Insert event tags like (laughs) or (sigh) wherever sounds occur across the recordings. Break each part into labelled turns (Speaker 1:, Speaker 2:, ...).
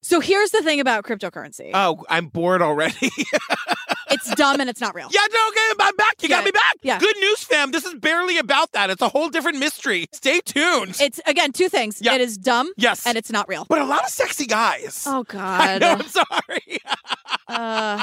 Speaker 1: So here's the thing about cryptocurrency.
Speaker 2: Oh, I'm bored
Speaker 1: (laughs)
Speaker 2: already.
Speaker 1: it's dumb and it's
Speaker 2: (laughs)
Speaker 1: not real.
Speaker 2: yeah, no, okay, I'm back. You
Speaker 1: Yeah.
Speaker 2: got me back.
Speaker 1: Yeah.
Speaker 2: Good news, fam. This is barely about that. It's a whole different mystery. Stay tuned.
Speaker 1: It's again two things.
Speaker 2: Yeah.
Speaker 1: It is dumb
Speaker 2: yes.
Speaker 1: and it's not real.
Speaker 2: but a lot of sexy guys.
Speaker 1: Oh
Speaker 2: (laughs) I know,
Speaker 1: God.
Speaker 2: I'm sorry. (laughs)
Speaker 1: Uh,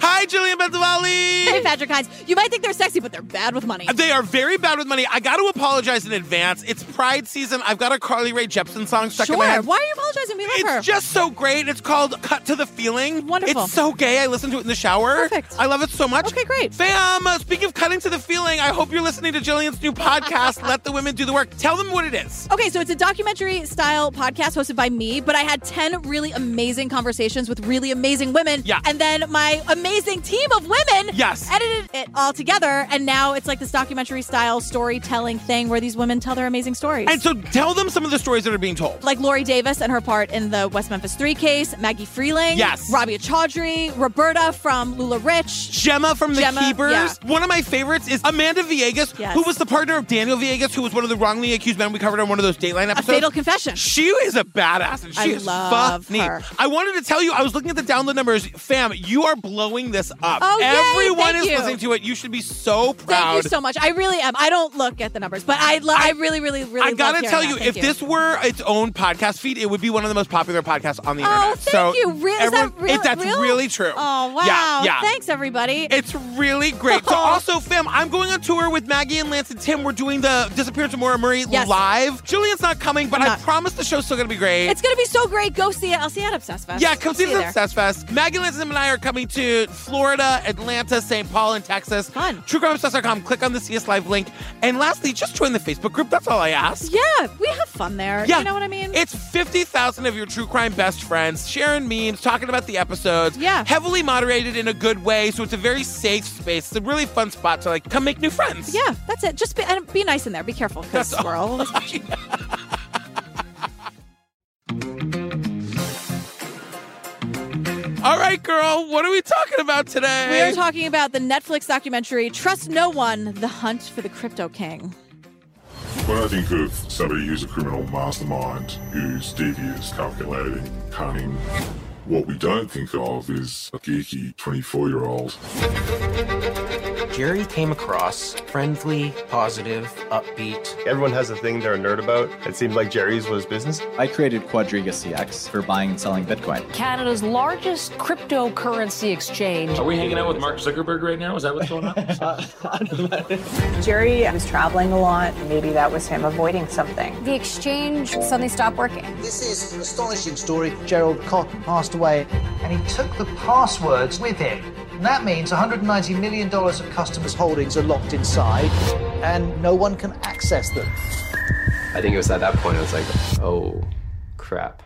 Speaker 2: Hi, Julian Benzavalli.
Speaker 1: hey, Patrick Hines. You might think they're sexy, but they're bad with money.
Speaker 2: They are very bad with money. I got to apologize in advance. It's Pride season. I've got a Carly Rae Jepsen song stuck
Speaker 1: Sure.
Speaker 2: in my head.
Speaker 1: Why are you apologizing? We love
Speaker 2: It's
Speaker 1: her.
Speaker 2: just so great. It's called Cut to the Feeling.
Speaker 1: Wonderful.
Speaker 2: It's so gay. I listen to it in the shower.
Speaker 1: Perfect.
Speaker 2: I love it so much.
Speaker 1: Okay, great.
Speaker 2: Fam, uh, speaking of cutting to the feeling, I hope you're listening to Jillian's new podcast, Let the Women Do the Work. Tell them what it is.
Speaker 1: Okay, so it's a documentary style podcast hosted by me, but I had 10 really amazing conversations with really amazing women.
Speaker 2: Yeah.
Speaker 1: And then my amazing team of women
Speaker 2: Yes.
Speaker 1: edited it all together. And now it's like this documentary style storytelling thing where these women tell their amazing stories.
Speaker 2: And so tell them some of the stories that are being told.
Speaker 1: like Lori Davis and her part in the West Memphis 3 case, Maggie Freeling,
Speaker 2: Yes.
Speaker 1: Rabia Chaudhry, Roberta from Lula Rich.
Speaker 2: Gemma from The
Speaker 1: Gemma,
Speaker 2: Keepers.
Speaker 1: yeah.
Speaker 2: One of my favorites is Amanda Viegas,
Speaker 1: Yes.
Speaker 2: who was the partner of Daniel Viegas, who was one of the wrongly accused men we covered on one of those Dateline
Speaker 1: A
Speaker 2: episodes.
Speaker 1: Fatal Confession.
Speaker 2: She is a badass, and she
Speaker 1: I
Speaker 2: is
Speaker 1: love
Speaker 2: funny.
Speaker 1: her.
Speaker 2: I wanted to tell you, I was looking at the download numbers, fam. You are blowing this up.
Speaker 1: Oh, yay,
Speaker 2: Everyone
Speaker 1: thank
Speaker 2: is
Speaker 1: you.
Speaker 2: listening to it. You should be so
Speaker 1: Thank
Speaker 2: proud.
Speaker 1: you so much. I really am. I don't look at the numbers, but I love. I,
Speaker 2: I-
Speaker 1: really, really, really.
Speaker 2: I
Speaker 1: love
Speaker 2: gotta
Speaker 1: hearing
Speaker 2: tell
Speaker 1: that.
Speaker 2: you,
Speaker 1: Thank
Speaker 2: if this were its own podcast feed, it would be one of the most popular podcasts on the
Speaker 1: Oh,
Speaker 2: internet.
Speaker 1: thank
Speaker 2: so
Speaker 1: you. Re- is that
Speaker 2: everyone-
Speaker 1: real-
Speaker 2: it- that's
Speaker 1: real?
Speaker 2: really true.
Speaker 1: Oh wow!
Speaker 2: Yeah, yeah.
Speaker 1: Thanks everybody.
Speaker 2: It's really great.
Speaker 1: (laughs)
Speaker 2: So also, fam, I'm going on tour with Maggie and Lance and Tim. We're doing the Disappearance of Maura Murray
Speaker 1: Yes.
Speaker 2: live. Julian's not coming, but I
Speaker 1: Not.
Speaker 2: promise the show's still gonna be great.
Speaker 1: it's gonna be so great. Go see it. I'll see you at Obsessed Fest.
Speaker 2: Yeah, come
Speaker 1: I'll
Speaker 2: see
Speaker 1: you
Speaker 2: us
Speaker 1: there.
Speaker 2: at Obsessed Fest. Maggie Lance and I are coming to Florida, Atlanta, St. Paul, and Texas.
Speaker 1: Fun.
Speaker 2: TrueCrimeObsessed.com. Click on the CS Live link. And lastly, just join the Facebook group. That's all I ask.
Speaker 1: Yeah, we have fun there.
Speaker 2: Yeah.
Speaker 1: You know what I mean?
Speaker 2: It's 50,000 of your true crime best friends sharing memes, talking about the episodes.
Speaker 1: Yeah.
Speaker 2: Heavily moderated in a good way, so it's a very safe space. It's a really fun spot to like come make new friends.
Speaker 1: yeah, that's it. Just be, and be nice in there. Be careful, because
Speaker 2: That's all.
Speaker 1: squirrel.
Speaker 2: (laughs) All right, girl, what are we talking about today?
Speaker 1: we are talking about the Netflix documentary "Trust No One: The Hunt for the Crypto King."
Speaker 3: When I think of somebody who's a criminal mastermind, who's devious, calculating, cunning, what we don't think of is a geeky 24 year old.
Speaker 4: Jerry came across friendly, positive, upbeat.
Speaker 5: Everyone has a thing they're a nerd about. It seemed like Jerry's was business.
Speaker 6: I created Quadriga CX for buying and selling Bitcoin.
Speaker 7: Canada's largest cryptocurrency exchange.
Speaker 8: Are we hanging out with Mark Zuckerberg right now? Is that what's going on?
Speaker 9: Jerry was traveling a lot. Maybe that was him avoiding something.
Speaker 10: The exchange suddenly stopped working.
Speaker 11: This is an astonishing story. Gerald Koch passed away, and he took the passwords with him. And that means $190 million of customers' holdings are locked inside, and no one can access them.
Speaker 5: I think it was at that point I was like, oh, crap.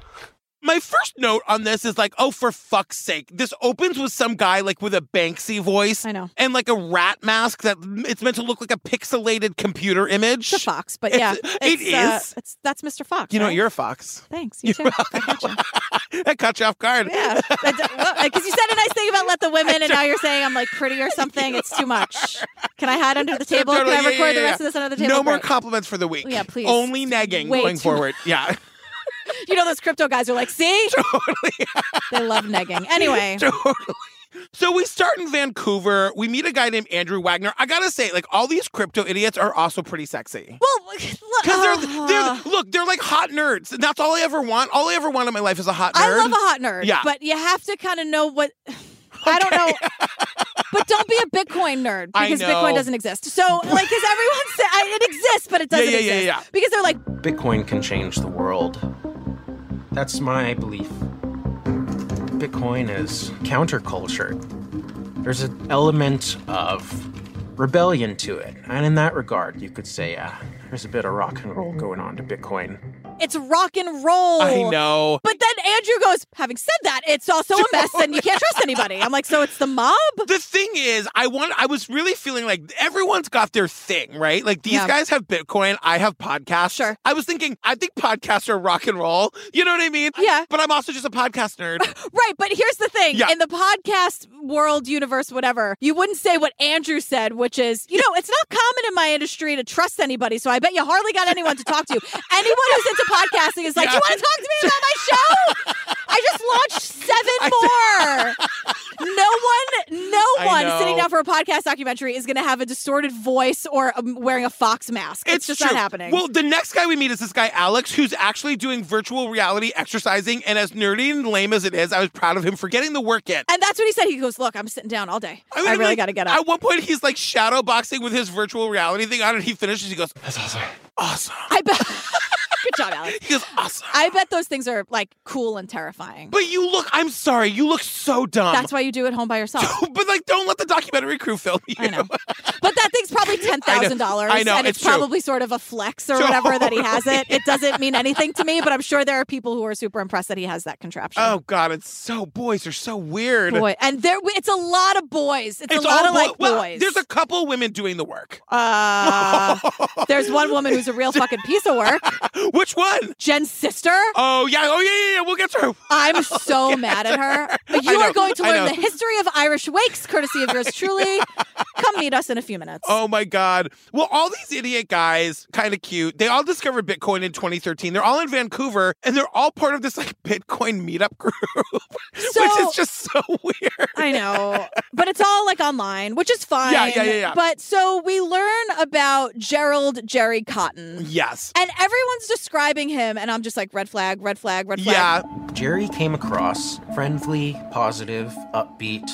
Speaker 2: my first note on this is like, oh, for fuck's sake. This opens with some guy like with a Banksy voice.
Speaker 1: I know.
Speaker 2: And like a rat mask that it's meant to look like a pixelated computer image.
Speaker 1: It's a fox, but
Speaker 2: It's-
Speaker 1: yeah,
Speaker 2: it
Speaker 1: it's, uh,
Speaker 2: is.
Speaker 1: it's that's Mr. Fox.
Speaker 2: You know,
Speaker 1: right?
Speaker 2: you're a fox.
Speaker 1: Thanks. You too. I got you.
Speaker 2: that caught you off guard.
Speaker 1: (laughs) Yeah, uh, because you said a nice thing about let
Speaker 2: (laughs)
Speaker 1: the women, and now you're saying I'm like pretty or something. It's too much. Can I hide under the table?
Speaker 2: Totally,
Speaker 1: Can I
Speaker 2: yeah,
Speaker 1: record
Speaker 2: yeah,
Speaker 1: the
Speaker 2: yeah,
Speaker 1: rest of this under the table?
Speaker 2: No more
Speaker 1: Great.
Speaker 2: compliments for the week.
Speaker 1: Yeah, please.
Speaker 2: Only nagging
Speaker 1: Way
Speaker 2: going
Speaker 1: too
Speaker 2: forward. Yeah. (laughs)
Speaker 1: you know those crypto guys are like, see, they love negging. Anyway,
Speaker 2: (laughs) Totally. So we start in Vancouver. We meet a guy named Andrew Wagner. I gotta say, like all these crypto idiots are also pretty sexy.
Speaker 1: well, (laughs) look,
Speaker 2: Because they're,
Speaker 1: uh,
Speaker 2: they're look, they're like hot nerds. And that's all I ever want. All I ever want in my life is a hot nerd.
Speaker 1: I love a hot nerd,
Speaker 2: Yeah.
Speaker 1: but you have to kind of know what. (sighs) I don't know.
Speaker 2: (laughs)
Speaker 1: But don't be a Bitcoin nerd
Speaker 2: I
Speaker 1: because
Speaker 2: know.
Speaker 1: Bitcoin doesn't
Speaker 2: (laughs)
Speaker 1: exist. So, like, because everyone said it exists, but it
Speaker 2: Yeah,
Speaker 1: doesn't
Speaker 2: yeah, yeah,
Speaker 1: exist.
Speaker 2: yeah.
Speaker 1: Because they're like,
Speaker 4: Bitcoin can change the world. That's my belief. Bitcoin is counterculture. There's an element of rebellion to it. And in that regard, you could say, uh, there's a bit of rock and roll going on to Bitcoin.
Speaker 1: It's rock and roll.
Speaker 2: I know.
Speaker 1: But then Andrew goes, having said that, it's also a mess and you can't trust anybody. I'm like, so it's the mob?
Speaker 2: The thing is, I want I was really feeling like everyone's got their thing, right? Like these
Speaker 1: Yeah.
Speaker 2: guys have Bitcoin, I have podcasts.
Speaker 1: Sure.
Speaker 2: I was thinking, I think podcasts are rock and roll. You know what I mean?
Speaker 1: Yeah.
Speaker 2: But I'm also just a podcast nerd.
Speaker 1: Right, but here's the thing.
Speaker 2: Yeah.
Speaker 1: In the podcast world, universe, whatever, you wouldn't say what Andrew said, which is, you know, it's not common in my industry to trust anybody, so I bet you hardly got anyone to
Speaker 2: (laughs)
Speaker 1: talk to. Anyone who's into podcasting is like,
Speaker 2: Yeah.
Speaker 1: you want to talk to me about my show? I just launched
Speaker 2: (laughs)
Speaker 1: seven more.
Speaker 2: I
Speaker 1: no one, no
Speaker 2: know.
Speaker 1: one sitting down for a podcast documentary is going to have a distorted voice or um, wearing a fox mask. (laughs) It's, just
Speaker 2: true.
Speaker 1: not happening.
Speaker 2: Well, the next guy we meet is this guy, Alex, who's actually doing virtual reality exercising. And as nerdy and lame as it is, I was proud of him for getting the work in.
Speaker 1: and that's what he said. He goes, look, I'm sitting down all day. I,
Speaker 2: mean,
Speaker 1: really
Speaker 2: like,
Speaker 1: got to get up.
Speaker 2: At one point, he's like shadow boxing with his virtual reality thing on, and he finishes. He goes,
Speaker 5: That's awesome.
Speaker 2: "Awesome!"
Speaker 1: (laughs) I bet. Good job, Alex.
Speaker 2: He goes, "Awesome!"
Speaker 1: I bet those things are like cool and terrifying.
Speaker 2: But um, you look. I'm sorry, you look so dumb.
Speaker 1: That's why you do it home by yourself.
Speaker 2: (laughs) but like, don't let the documentary crew film you.
Speaker 1: I know. But that
Speaker 2: (laughs)
Speaker 1: thing's probably ten thousand dollars,
Speaker 2: I know,
Speaker 1: and it's,
Speaker 2: it's true.
Speaker 1: probably sort of a flex
Speaker 2: (laughs)
Speaker 1: or whatever that he has it. It doesn't mean anything to me, but I'm sure there are people who are super impressed that he has that contraption.
Speaker 2: (laughs) Oh God, it's so boys are so weird.
Speaker 1: boy, and there it's a lot of boys. It's,
Speaker 2: It's
Speaker 1: a lot
Speaker 2: all
Speaker 1: of like
Speaker 2: boy- well,
Speaker 1: boys.
Speaker 2: there's a couple women doing the work. (laughs)
Speaker 1: uh, there's one woman who's a real fucking piece of work.
Speaker 2: Which one?
Speaker 1: Jen's sister.
Speaker 2: Oh yeah, oh yeah, yeah, yeah. We'll get through. (laughs)
Speaker 1: I'm so mad at her. But
Speaker 2: I
Speaker 1: You
Speaker 2: know,
Speaker 1: are going to
Speaker 2: I
Speaker 1: learn
Speaker 2: know.
Speaker 1: the history of Irish wakes, courtesy of
Speaker 2: (laughs)
Speaker 1: yours truly. Come meet us in a few minutes.
Speaker 2: Oh my God. Well, all these idiot guys, kind of cute, they all discovered Bitcoin in 2013. They're all in Vancouver and they're all part of this like Bitcoin meetup group, (laughs) which
Speaker 1: So-
Speaker 2: is just so (laughs) weird.
Speaker 1: I know. But it's all like online, which is fine.
Speaker 2: Yeah, yeah, yeah, yeah.
Speaker 1: But so we learn about Gerald Jerry Cotton.
Speaker 2: Yes.
Speaker 1: And everyone's describing him, and I'm just like, red flag, red flag, red flag.
Speaker 2: Yeah.
Speaker 4: Jerry came across friendly, positive, upbeat.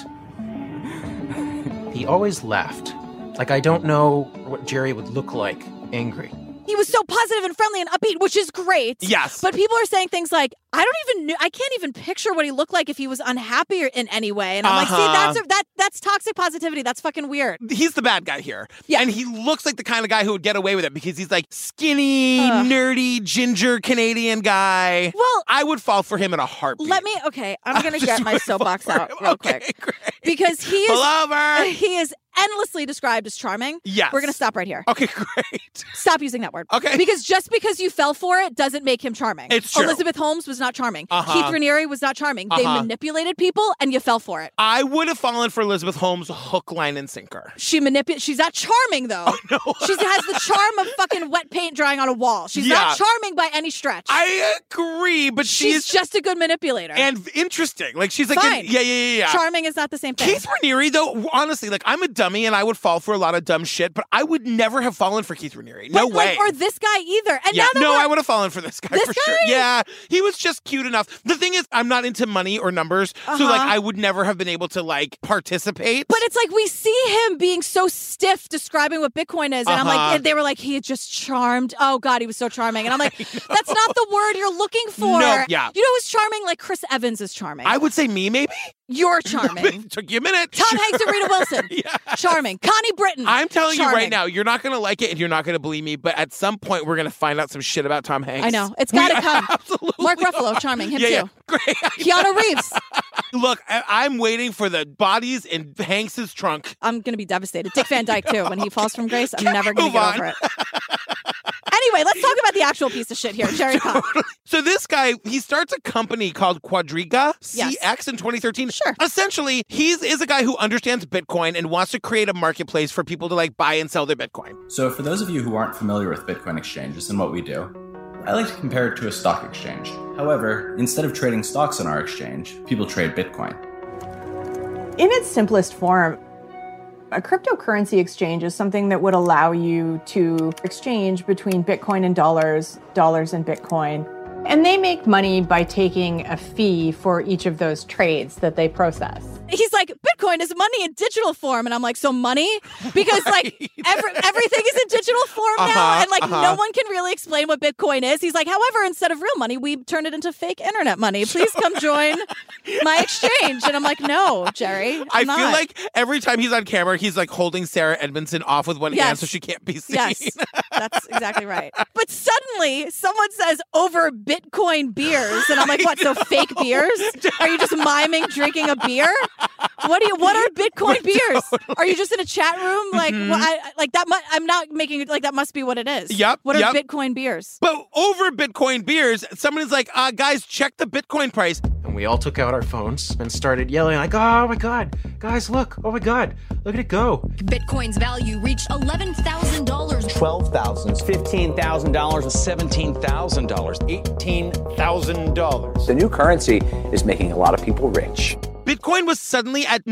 Speaker 4: He always laughed. Like, I don't know what Jerry would look like angry.
Speaker 1: He was so positive and friendly and upbeat, which is great.
Speaker 2: Yes.
Speaker 1: But people are saying things like, I don't even knew, I can't even picture what he looked like if he was unhappy or- in any way. And I'm
Speaker 2: Uh-huh.
Speaker 1: like, see, that's a, that that's toxic positivity. That's fucking weird.
Speaker 2: He's the bad guy here.
Speaker 1: Yeah.
Speaker 2: And he looks like the kind of guy who would get away with it because he's like skinny,
Speaker 1: Ugh.
Speaker 2: nerdy, ginger Canadian guy.
Speaker 1: Well,
Speaker 2: I would fall for him in a heartbeat.
Speaker 1: let me, okay, I'm
Speaker 2: (laughs)
Speaker 1: going to
Speaker 2: just
Speaker 1: get my
Speaker 2: wanna fall
Speaker 1: soapbox
Speaker 2: for
Speaker 1: out
Speaker 2: him.
Speaker 1: real
Speaker 2: okay,
Speaker 1: quick.
Speaker 2: Great.
Speaker 1: Because he is
Speaker 2: Pull
Speaker 1: (laughs)
Speaker 2: over.
Speaker 1: he is endlessly described as charming.
Speaker 2: Yes.
Speaker 1: We're going to stop right here.
Speaker 2: Okay, (laughs) great.
Speaker 1: Stop using that word.
Speaker 2: Okay.
Speaker 1: Because just because you fell for it doesn't make him charming.
Speaker 2: It's true.
Speaker 1: Elizabeth Holmes was not charming.
Speaker 2: Uh-huh.
Speaker 1: Keith Raniere was not charming. They
Speaker 2: Uh-huh.
Speaker 1: manipulated people and you fell for it.
Speaker 2: I would have fallen for Elizabeth Holmes hook, line, and sinker. (laughs)
Speaker 1: She manipulates. She's not charming though.
Speaker 2: no.
Speaker 1: (laughs) she has the charm of fucking wet paint drying on a wall. She's
Speaker 2: Yeah.
Speaker 1: not charming by any stretch.
Speaker 2: I agree, but
Speaker 1: she's,
Speaker 2: she's,
Speaker 1: just a good manipulator.
Speaker 2: and interesting. Like she's like,
Speaker 1: Fine.
Speaker 2: yeah, yeah, yeah, yeah.
Speaker 1: charming is not the same thing.
Speaker 2: Keith Raniere, though, honestly, like I'm a dummy and I would fall for a lot of dumb shit, but I would never have fallen for Keith Raniere. No
Speaker 1: But,
Speaker 2: way.
Speaker 1: Like, or this guy either. And
Speaker 2: yeah,
Speaker 1: now that
Speaker 2: no,
Speaker 1: we're-
Speaker 2: I would have fallen for this guy
Speaker 1: This
Speaker 2: for sure.
Speaker 1: guy?
Speaker 2: Yeah, he was just cute enough. The thing is, I'm not into money or numbers, so like
Speaker 1: Uh-huh.
Speaker 2: I would never have been able to like participate.
Speaker 1: But it's like we see him being so stiff describing what Bitcoin is. And I'm
Speaker 2: Uh-huh.
Speaker 1: like, and they were like, he had just charmed. Oh, God, he was so charming. And
Speaker 2: (laughs)
Speaker 1: I'm like, that's not the word you're looking for.
Speaker 2: No, yeah.
Speaker 1: You know who's charming? Like Chris Evans is charming.
Speaker 2: I would say me, maybe. (laughs)
Speaker 1: you're
Speaker 2: But
Speaker 1: charming.
Speaker 2: it took you a minute.
Speaker 1: Tom Hanks and Rita Wilson.
Speaker 2: (laughs) Yeah.
Speaker 1: Charming. Connie Britton.
Speaker 2: I'm telling you right
Speaker 1: charming.
Speaker 2: now, you're not going to like it and you're not going to believe me, but at some point we're going to find out some shit about Tom Hanks.
Speaker 1: I know. It's
Speaker 2: We
Speaker 1: got
Speaker 2: (laughs)
Speaker 1: to come.
Speaker 2: Absolutely.
Speaker 1: Mark Ruffalo, charming. Him
Speaker 2: yeah, yeah.
Speaker 1: too.
Speaker 2: (laughs) Great.
Speaker 1: Keanu Reeves.
Speaker 2: Look, I- I'm waiting for the bodies in Hanks's trunk.
Speaker 1: I'm going to be devastated. Dick Van Dyke too. When he falls from grace,
Speaker 2: (laughs)
Speaker 1: I'm never
Speaker 2: move
Speaker 1: going to get
Speaker 2: on?
Speaker 1: over it. Anyway, let's talk about the actual piece of
Speaker 2: (laughs)
Speaker 1: shit here, Jerry Cobb.
Speaker 2: So this guy, he starts a company called Quadriga
Speaker 1: Yes.
Speaker 2: CX in 2013.
Speaker 1: Sure.
Speaker 2: Essentially, he is a guy who understands Bitcoin and wants to create a marketplace for people to like buy and sell their Bitcoin.
Speaker 6: So, for those of you who aren't familiar with Bitcoin exchanges and what we do, I like to compare it to a stock exchange. However, instead of trading stocks on our exchange, people trade Bitcoin.
Speaker 9: In its simplest form, a cryptocurrency exchange is something that would allow you to exchange between Bitcoin and dollars, dollars and Bitcoin. And they make money by taking a fee for each of those trades that they process.
Speaker 1: He's like, Bitcoin Bitcoin is money in digital form. And I'm like, so money?
Speaker 2: (laughs)
Speaker 1: Because like every, everything is in digital form now.
Speaker 2: Uh-huh,
Speaker 1: And like no
Speaker 2: uh-huh.
Speaker 1: one can really explain what Bitcoin is. He's like, however, instead of real money, we turn it into fake internet money. Please come join
Speaker 2: (laughs)
Speaker 1: my exchange. And I'm like, no, Jerry.
Speaker 2: I
Speaker 1: I'm
Speaker 2: feel
Speaker 1: not."
Speaker 2: like every time he's on camera, he's like holding Sarah Edmondson off with one hand
Speaker 1: Yes.
Speaker 2: so she can't be seen.
Speaker 1: Yes, that's
Speaker 2: (laughs)
Speaker 1: exactly right. But suddenly someone says over Bitcoin beers, and I'm like, what? So fake beers? Are you just miming drinking a beer? What do you? What
Speaker 2: (laughs)
Speaker 1: are Bitcoin beers? Are you just in a chat room? Like,
Speaker 2: Mhm.
Speaker 1: well, I, I- like that? Mu- I'm not making it like that. Must be what it is.
Speaker 2: Yep,
Speaker 1: What are
Speaker 2: yep.
Speaker 1: Bitcoin beers?
Speaker 2: (laughs) But over Bitcoin beers, somebody's like, uh, guys, check the Bitcoin price.
Speaker 4: And we all took out our phones and started yelling, like, oh my God, guys, look, oh my God, look at it go.
Speaker 12: Bitcoin's value reached $11,000.
Speaker 13: Twelve thousand, fifteen thousand dollars, seventeen thousand dollars, eighteen thousand dollars. The new currency is making a lot of people rich.
Speaker 2: Bitcoin was suddenly at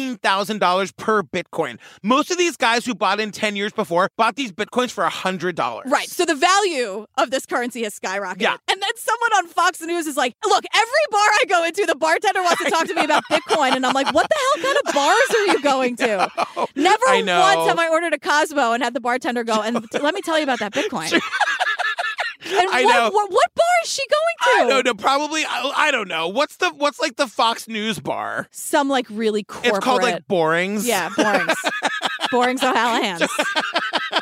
Speaker 2: $19,000 per Bitcoin. Most of these guys who bought in 10 years before bought these Bitcoins for $100.
Speaker 1: Right. So the value of this currency has skyrocketed.
Speaker 2: Yeah.
Speaker 1: And then someone on Fox News is like, look, every bar I go into, the bartender wants to talk to
Speaker 2: (laughs)
Speaker 1: me about Bitcoin. And I'm like, what the hell kind of bars are you going to? Never
Speaker 2: I know.
Speaker 1: once have I ordered a Cosmo and had the bartender go, and
Speaker 2: (laughs)
Speaker 1: t- let me tell you about that Bitcoin. and
Speaker 2: I
Speaker 1: what,
Speaker 2: know.
Speaker 1: What, what bar is she going to?
Speaker 2: No, no, probably. I, I don't know. What's the what's like the Fox News bar?
Speaker 1: Some like really corporate.
Speaker 2: It's called like Borings.
Speaker 1: Yeah, Borings.
Speaker 2: (laughs)
Speaker 1: Borings O'Hallahan's.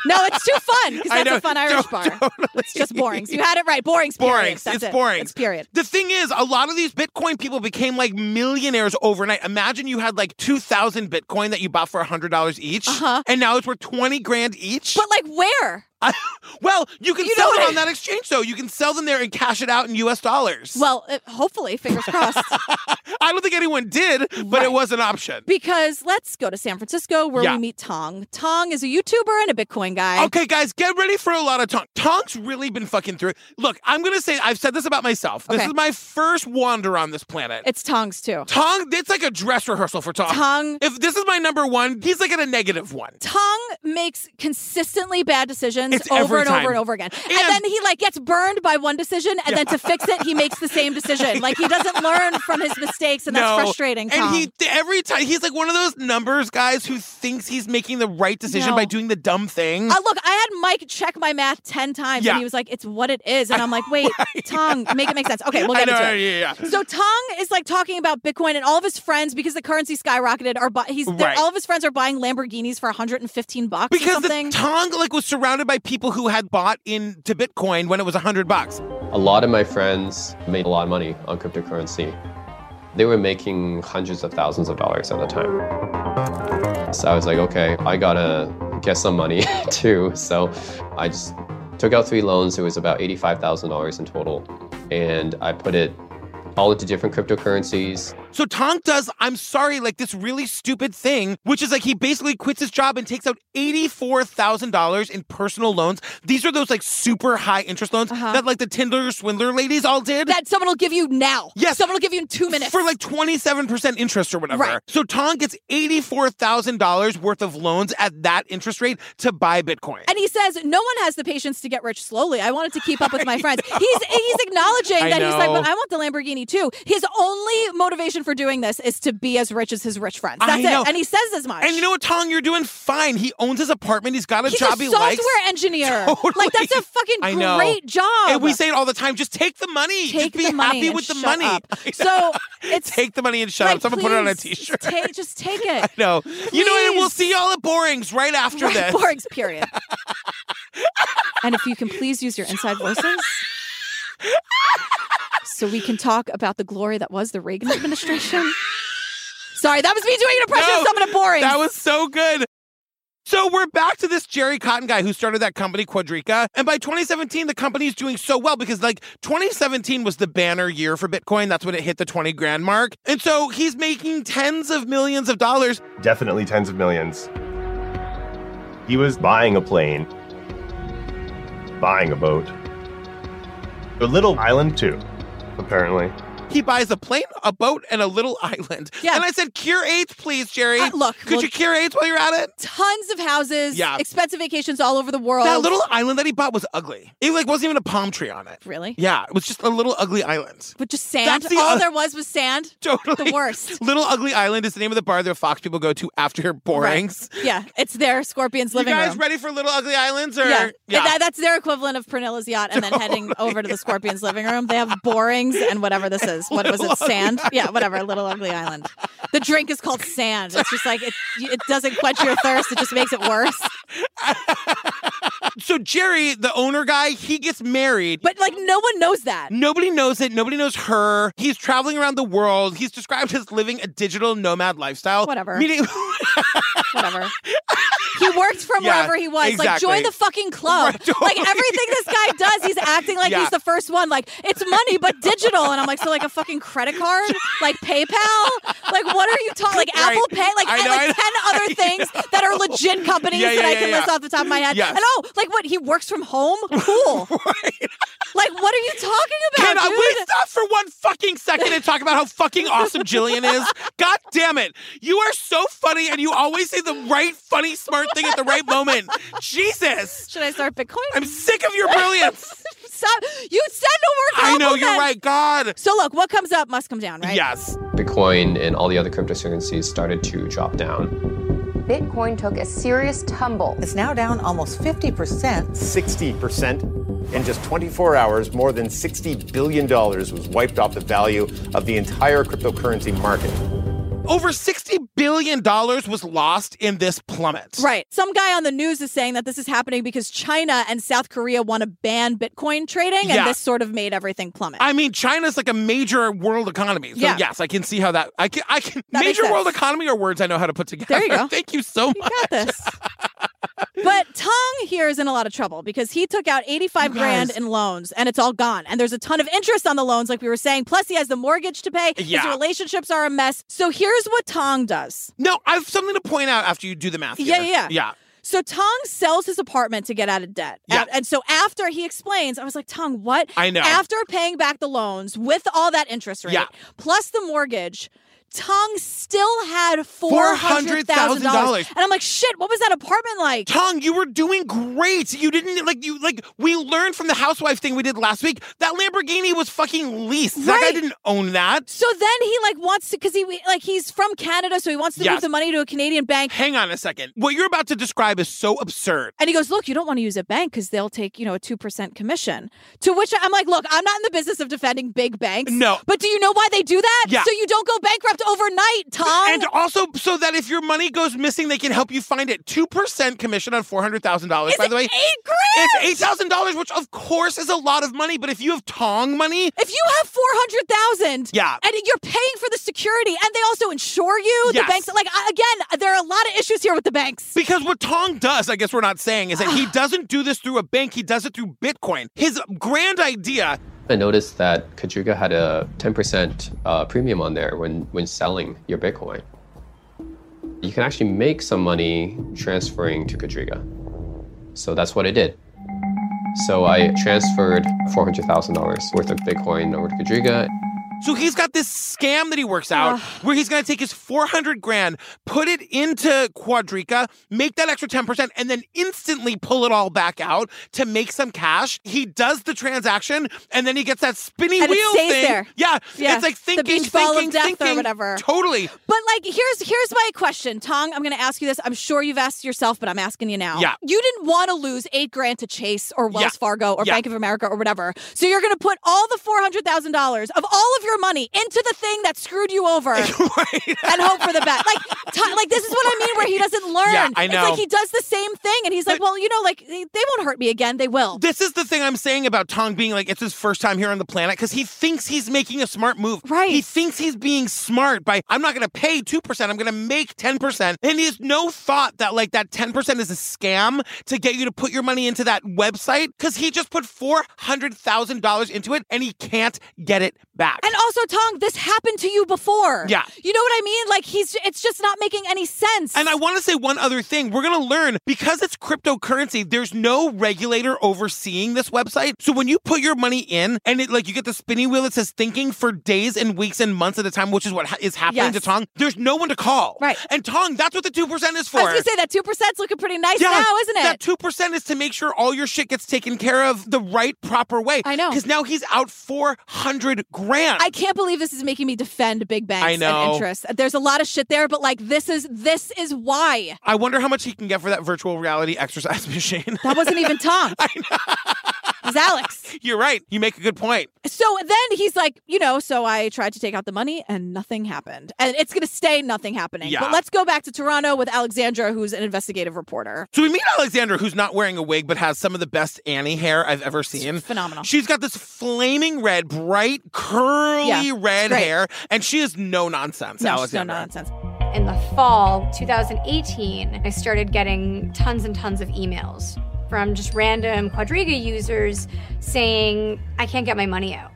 Speaker 1: no, it's too fun because
Speaker 2: I
Speaker 1: that's
Speaker 2: know.
Speaker 1: a fun Irish bar. It's just Borings. You had it right. Borings. Period.
Speaker 2: Borings.
Speaker 1: That's
Speaker 2: it's
Speaker 1: it.
Speaker 2: Borings.
Speaker 1: It's period.
Speaker 2: The thing is, a lot of these Bitcoin people became like millionaires overnight. Imagine you had like 2,000 Bitcoin that you bought for $100 each, uh-huh. and now it's worth 20 grand each.
Speaker 1: But like where?
Speaker 2: well, you can
Speaker 1: You know
Speaker 2: sell
Speaker 1: what
Speaker 2: them
Speaker 1: I-
Speaker 2: on that exchange, though. You can sell them there and cash it out in US dollars.
Speaker 1: Well, it, hopefully,
Speaker 2: (laughs)
Speaker 1: fingers crossed.
Speaker 2: I don't think anyone did, but it was an option.
Speaker 1: Because let's go to San Francisco where
Speaker 2: Yeah.
Speaker 1: we meet Tong. Tong is a YouTuber and a Bitcoin guy.
Speaker 2: Okay, guys, get ready for a lot of Tong. Tong's really been fucking through. Look, I'm gonna say I've said this about myself. This
Speaker 1: Okay.
Speaker 2: is my first wander on this planet.
Speaker 1: It's Tong's too.
Speaker 2: Tong, it's like a dress rehearsal for Tong.
Speaker 1: Tong-
Speaker 2: If this is my number one, he's like at a negative one.
Speaker 1: Tong makes consistently bad decisions
Speaker 2: It's
Speaker 1: over
Speaker 2: every
Speaker 1: and
Speaker 2: time.
Speaker 1: over and over again. And, then he like gets burned by one decision and then to fix it he makes the same decision. Like he doesn't learn from his mistakes and
Speaker 2: No.
Speaker 1: that's frustrating.
Speaker 2: And
Speaker 1: Tong.
Speaker 2: he every time he's like one of those numbers guys who thinks he's making the right decision
Speaker 1: No.
Speaker 2: by doing the dumb thing.
Speaker 1: Uh, look, I had Mike check my math 10 times
Speaker 2: Yeah.
Speaker 1: and he was like, it's what it is. And
Speaker 2: (laughs)
Speaker 1: I'm like, wait, Tong, make it make sense. Okay, we'll
Speaker 2: I
Speaker 1: get
Speaker 2: know,
Speaker 1: into it.
Speaker 2: yeah, yeah.
Speaker 1: So Tong is like talking about Bitcoin and all of his friends because the currency skyrocketed are bu- he's they're-
Speaker 2: Right.
Speaker 1: all of his friends are buying Lamborghinis for 115 bucks or
Speaker 2: because
Speaker 1: something.
Speaker 2: the Tong like was surrounded by people who had bought into Bitcoin when it was hundred bucks.
Speaker 5: A lot of my friends made a lot of money on cryptocurrency. They were making hundreds of thousands of dollars at a time. So I was like, okay, I gotta get some money (laughs) too. So I just took out three loans. It was about $85,000 in total. And I put it all into different cryptocurrencies.
Speaker 2: So Tonk does, I'm sorry, like this really stupid thing, which is like he basically quits his job and takes out $84,000 in personal loans. These are those like super high interest loans that like the Tinder swindler ladies all did.
Speaker 1: Uh-huh. that someone will give you now.
Speaker 2: Yes.
Speaker 1: Someone will give you in two minutes.
Speaker 2: for like 27% interest or whatever.
Speaker 1: Right.
Speaker 2: So Tonk gets $84,000 worth of loans at that interest rate to buy Bitcoin.
Speaker 1: and he says, no one has the patience to get rich slowly. I wanted to keep
Speaker 2: (laughs)
Speaker 1: up with my friends. He's he's acknowledging
Speaker 2: I
Speaker 1: that he's like,
Speaker 2: know.
Speaker 1: but I want the Lamborghini too. His only motivation for doing this is to be as rich as his rich friends.
Speaker 2: I
Speaker 1: That's
Speaker 2: know.
Speaker 1: it. And he says as much.
Speaker 2: And you know what, Tong? You're doing fine. He owns his apartment. He's got a
Speaker 1: He's
Speaker 2: job
Speaker 1: a
Speaker 2: he
Speaker 1: software
Speaker 2: likes. (laughs)
Speaker 1: engineer.
Speaker 2: Totally.
Speaker 1: Like that's a fucking
Speaker 2: I know.
Speaker 1: great job.
Speaker 2: And we say it all the time. Just take the money. just
Speaker 1: Take
Speaker 2: be
Speaker 1: the money
Speaker 2: happy
Speaker 1: and
Speaker 2: with the
Speaker 1: shut
Speaker 2: money.
Speaker 1: up.
Speaker 2: (laughs) I know.
Speaker 1: So it's
Speaker 2: take the money and shut
Speaker 1: like,
Speaker 2: up. Someone put it on a
Speaker 1: please,
Speaker 2: t-shirt. (laughs)
Speaker 1: ta- just take it.
Speaker 2: no, you know, and we'll
Speaker 1: please.
Speaker 2: see y'all at Borings right (laughs) after
Speaker 1: Right,
Speaker 2: this.
Speaker 1: Borgs, period. (laughs) and if you can please use your inside
Speaker 2: (laughs)
Speaker 1: voices. So we can talk about the glory that was the Reagan administration. Sorry, that was me doing an impression
Speaker 2: No,
Speaker 1: of someone at boring.
Speaker 2: That was so good. So we're back to this Jerry Cotton guy who started that company Quadrica, and by 2017 the company's doing so well because like 2017 was the banner year for Bitcoin. That's when it hit the 20 grand mark, and so he's making tens of millions of dollars.
Speaker 14: definitely tens of millions. He was buying a plane, buying a boat, a little island too, apparently.
Speaker 2: he buys a plane, a boat, and a little (laughs) island.
Speaker 1: Yeah.
Speaker 2: And I said, cure AIDS, please, Jerry.
Speaker 1: Uh, look,
Speaker 2: Could
Speaker 1: look-
Speaker 2: you cure AIDS while you're at it?
Speaker 1: Tons of houses,
Speaker 2: Yeah.
Speaker 1: expensive vacations all over the world.
Speaker 2: That little island that he bought was ugly. It like wasn't even a palm tree on it.
Speaker 1: Really?
Speaker 2: Yeah, it was just a little ugly island. (laughs)
Speaker 1: With just sand.
Speaker 2: That's the
Speaker 1: all
Speaker 2: oth-
Speaker 1: there was was sand.
Speaker 2: (laughs) Totally.
Speaker 1: The worst.
Speaker 2: Little Ugly Island is the name of the bar that Fox people go to after borings.
Speaker 1: Yeah, it's their scorpion's
Speaker 2: You
Speaker 1: living
Speaker 2: guys
Speaker 1: room.
Speaker 2: ready for Little Ugly Islands? Or
Speaker 1: Yeah, That- that's their equivalent of Pernilla's yacht, and
Speaker 15: (laughs)
Speaker 1: then heading over to the scorpion's living room. They have borings and whatever this is. What was
Speaker 15: Little
Speaker 1: it?
Speaker 15: Ugly
Speaker 1: Sand? Yeah, whatever. Little ugly island. The drink is called sand. It's just like it. It doesn't quench your thirst. It just makes it worse.
Speaker 2: So Jerry, the owner guy, he gets married.
Speaker 1: But like no one knows that.
Speaker 2: Nobody knows it. Nobody knows her. He's traveling around the world. He's described as living a digital nomad lifestyle. (laughs)
Speaker 1: Whatever.
Speaker 2: Meaning, (laughs)
Speaker 1: whatever. He worked from
Speaker 2: Yeah,
Speaker 1: wherever he was. Like,
Speaker 2: exactly.
Speaker 1: join the fucking club.
Speaker 2: Right, totally.
Speaker 1: Like, everything
Speaker 2: (laughs)
Speaker 1: this guy does, he's acting like
Speaker 2: Yeah.
Speaker 1: he's the first one. Like, it's money, but digital. And I'm like, so, like, a fucking credit card? Like, PayPal? Like, what are you
Speaker 2: (laughs)
Speaker 1: talking Like,
Speaker 15: Right.
Speaker 1: Apple Pay? Like,
Speaker 15: I
Speaker 1: and
Speaker 15: know, I know.
Speaker 1: like 10 other things that are legit companies
Speaker 15: Yeah, yeah,
Speaker 1: that I
Speaker 15: yeah,
Speaker 1: can
Speaker 15: yeah.
Speaker 1: list off the top of my head.
Speaker 15: Yes.
Speaker 1: And oh, like, what? He works from home?
Speaker 2: (laughs)
Speaker 1: Cool. Like, what are you talking about?
Speaker 2: Can I-
Speaker 1: dude?
Speaker 2: we stop for one fucking second and talk about how
Speaker 1: (laughs)
Speaker 2: fucking awesome Jillian is? God damn it. You are so funny and you always say the right, funny, smart thing at the right moment. Jesus.
Speaker 1: Should I start Bitcoin?
Speaker 2: I'm sick of your brilliance.
Speaker 1: (laughs) Stop. You said no more
Speaker 2: I know, you're
Speaker 1: compliments.
Speaker 2: right. God.
Speaker 1: So, look, what comes up must come down, right?
Speaker 2: Yes.
Speaker 5: Bitcoin and all the other cryptocurrencies started to drop down.
Speaker 10: Bitcoin took a serious tumble. It's now down almost 50%.
Speaker 16: 60%. In just 24 hours, more than $60 billion was wiped off the value of the entire cryptocurrency market.
Speaker 2: Over $60 billion was lost in this plummet.
Speaker 1: Right. Some guy on the news is saying that this is happening because China and South Korea want to ban Bitcoin trading,
Speaker 2: Yeah.
Speaker 1: and this sort of made everything plummet.
Speaker 2: I mean, China's like a major world economy. So
Speaker 1: Yeah.
Speaker 2: yes, I can see how that I can I can
Speaker 1: That makes
Speaker 2: major world
Speaker 1: sense.
Speaker 2: economy are words I know how to put together.
Speaker 1: There you
Speaker 2: (laughs)
Speaker 1: go.
Speaker 2: Thank you so much. (laughs)
Speaker 1: got this. but Tong here is in a lot of trouble because he took out 85
Speaker 2: You
Speaker 1: grand
Speaker 2: guys-
Speaker 1: in loans and it's all gone. And there's a ton of interest on the loans, like we were saying. Plus, he has the mortgage to pay. His
Speaker 2: Yeah.
Speaker 1: relationships are a mess. So here's what Tong does.
Speaker 2: No, I have something to point out after you do the math.
Speaker 1: Yeah,
Speaker 2: here.
Speaker 1: yeah, yeah.
Speaker 2: Yeah.
Speaker 1: So Tong sells his apartment to get out of debt.
Speaker 2: Yeah.
Speaker 1: A- And so after he explains, I was like, Tong, what?
Speaker 2: I know.
Speaker 1: After paying back the loans with all that interest rate
Speaker 2: Yeah.
Speaker 1: plus the mortgage, Tong still had $400,000.
Speaker 2: $400,000.
Speaker 1: And I'm like, shit, what was that apartment like?
Speaker 2: Tong, you were doing great. You didn't like you like we learned from the housewife thing we did last week. That Lamborghini was fucking leased. That guy
Speaker 1: Right.
Speaker 2: didn't own that.
Speaker 1: So then he like wants to because he like he's from Canada, so he wants to move
Speaker 2: Yes.
Speaker 1: the money to a Canadian bank.
Speaker 2: Hang on a second. What you're about to describe is so absurd.
Speaker 1: And he goes, Look, you don't want to use a bank because they'll take, you know, a 2% commission. To which I'm like, Look, I'm not in the business of defending big banks.
Speaker 2: No.
Speaker 1: But do you know why they do that?
Speaker 2: Yeah.
Speaker 1: So you don't go bankrupt overnight, Tom.
Speaker 2: And oh, also, so that if your money goes missing, they can help you find it. Two percent commission on four hundred thousand dollars. By the way,
Speaker 1: eight grand.
Speaker 2: It's eight thousand dollars, which of course is a lot of money. But if you have Tong money,
Speaker 1: if you have 400,000
Speaker 2: Yeah.
Speaker 1: and you're paying for the security and they also insure you, the
Speaker 2: Yes.
Speaker 1: banks, like, I- again, there are a lot of issues here with the banks.
Speaker 2: Because what Tong does, I guess we're not saying, is that he doesn't do this through a bank, he does it through Bitcoin. His grand idea.
Speaker 5: I noticed that Kajuga had a 10% uh, premium on there when, when selling your Bitcoin. You can actually make some money transferring to Kajuga. So that's what I did. So I transferred $400,000 worth of Bitcoin over to Kajuga.
Speaker 2: So he's got this scam that he works out
Speaker 5: Ugh.
Speaker 2: where he's going to take his 400 grand, put it into Quadrica, make that extra 10%, and then instantly pull it all back out to make some cash. He does the transaction and then he gets that spinny
Speaker 1: And it
Speaker 2: wheel
Speaker 1: stays
Speaker 2: thing.
Speaker 1: there.
Speaker 2: Yeah,
Speaker 1: Yeah,
Speaker 2: It's like
Speaker 1: the
Speaker 2: thinking,
Speaker 1: beach ball of
Speaker 2: thinking,
Speaker 1: death or
Speaker 2: thinking.
Speaker 1: whatever.
Speaker 2: Totally. (laughs)
Speaker 1: But like, here's here's my question, Tong. I'm going to ask you this. I'm sure you've asked yourself, but I'm asking you now.
Speaker 15: Yeah.
Speaker 1: You didn't want to lose eight grand to Chase or Wells
Speaker 15: Yeah.
Speaker 1: Fargo or
Speaker 15: Yeah.
Speaker 1: Bank of America or whatever. So you're going to put all the four hundred thousand dollars of all of your money into the thing that screwed you
Speaker 2: (laughs)
Speaker 1: over, and hope for the best. Like, Tong- like this is what I mean, where he doesn't learn.
Speaker 2: (laughs) Yeah, I
Speaker 1: It's
Speaker 2: know.
Speaker 1: like he does the same thing, and he's like, well, you know, like they they won't hurt me again. They will.
Speaker 2: This is the thing I'm saying about Tong being like, it's his first time here on the planet because he thinks he's making a smart move. Right. He thinks he's being smart by, I'm not going to pay 2%, I'm going to make 10%. And he has no thought that, like, that 10% is a scam to get you to put your money into that website because he just put $400,000 into it and he can't get it back.
Speaker 1: And But also, Tong, this happened to you before.
Speaker 2: Yeah.
Speaker 1: You know what I mean? Like he's it's just not making any sense.
Speaker 2: And I want to say one other thing. We're going to learn because it's cryptocurrency, there's no regulator overseeing this website. So when you put your money in and it like you get the spinning wheel that says thinking for days and weeks and months at a time, which is what ha- is happening
Speaker 1: Yes.
Speaker 2: to Tong, there's no one to call. Right. And Tong, that's what the 2% is for.
Speaker 1: I was gonna say that two percent's looking pretty nice
Speaker 2: Yeah,
Speaker 1: now, isn't it?
Speaker 2: That two percent is to make sure all your shit gets taken care of the right, proper way. I know. Because now he's out four hundred grand.
Speaker 1: I can't believe this is making me defend big banks
Speaker 2: I know.
Speaker 1: and interest. There's a lot of shit there, but like this is this is why.
Speaker 2: I wonder how much he can get for that virtual reality exercise (laughs) machine.
Speaker 1: That wasn't
Speaker 2: (laughs)
Speaker 1: even Tom. I know. It was Alex.
Speaker 2: You're right. You make a good point.
Speaker 1: So then he's like, you know, so I tried to take out the money and nothing happened. And it's going to stay nothing happening.
Speaker 2: Yeah.
Speaker 1: But let's go back to Toronto with Alexandra, who's an investigative reporter.
Speaker 2: So we meet Alexandra, who's not wearing a wig, but has some of the best Annie hair I've ever seen.
Speaker 1: phenomenal.
Speaker 2: She's got this flaming red, bright, curly
Speaker 15: Yeah,
Speaker 2: red
Speaker 15: it's great.
Speaker 2: hair, and she is no nonsense,
Speaker 15: No, she's no
Speaker 2: Alexandra.
Speaker 1: nonsense.
Speaker 15: In the fall 2018, I started getting tons and tons of emails from just random Quadriga users saying, I can't get my money out,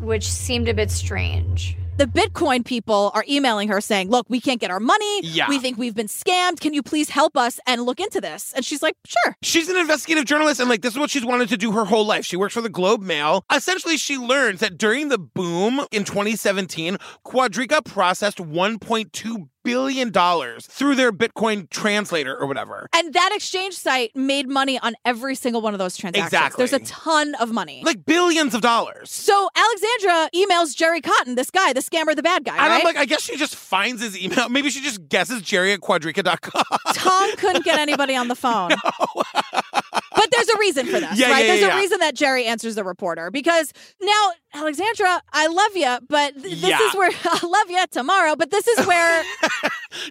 Speaker 15: which seemed a bit strange.
Speaker 1: The Bitcoin people are emailing her saying, look, we can't get our money.
Speaker 2: Yeah.
Speaker 1: We think we've been scammed. Can you please help us and look into this? And she's like, sure.
Speaker 2: She's an investigative journalist, and like this is what she's wanted to do her whole life. She works for the Globe Mail. Essentially, she learns that during the boom in 2017, Quadriga processed 1.2 billion dollars through their Bitcoin translator or whatever.
Speaker 1: And that exchange site made money on every single one of those transactions.
Speaker 2: Exactly.
Speaker 1: There's a ton of money.
Speaker 2: Like billions of dollars.
Speaker 1: so Alexandra emails Jerry Cotton, this guy, the scammer, the bad guy.
Speaker 2: And
Speaker 1: right?
Speaker 2: I'm like, (laughs) I guess she just finds his email. Maybe she just guesses Jerry at quadrica.com.
Speaker 1: Tom couldn't get anybody on
Speaker 2: (laughs)
Speaker 1: the phone. but there's a reason for this,
Speaker 2: Yeah,
Speaker 1: right?
Speaker 2: yeah,
Speaker 1: there's
Speaker 2: yeah,
Speaker 1: a
Speaker 2: yeah.
Speaker 1: reason that Jerry answers the reporter because now, Alexandra, I love you, but th- this
Speaker 2: Yeah.
Speaker 1: is where (laughs) I love you tomorrow, but this
Speaker 2: (laughs)
Speaker 1: is where
Speaker 2: (laughs)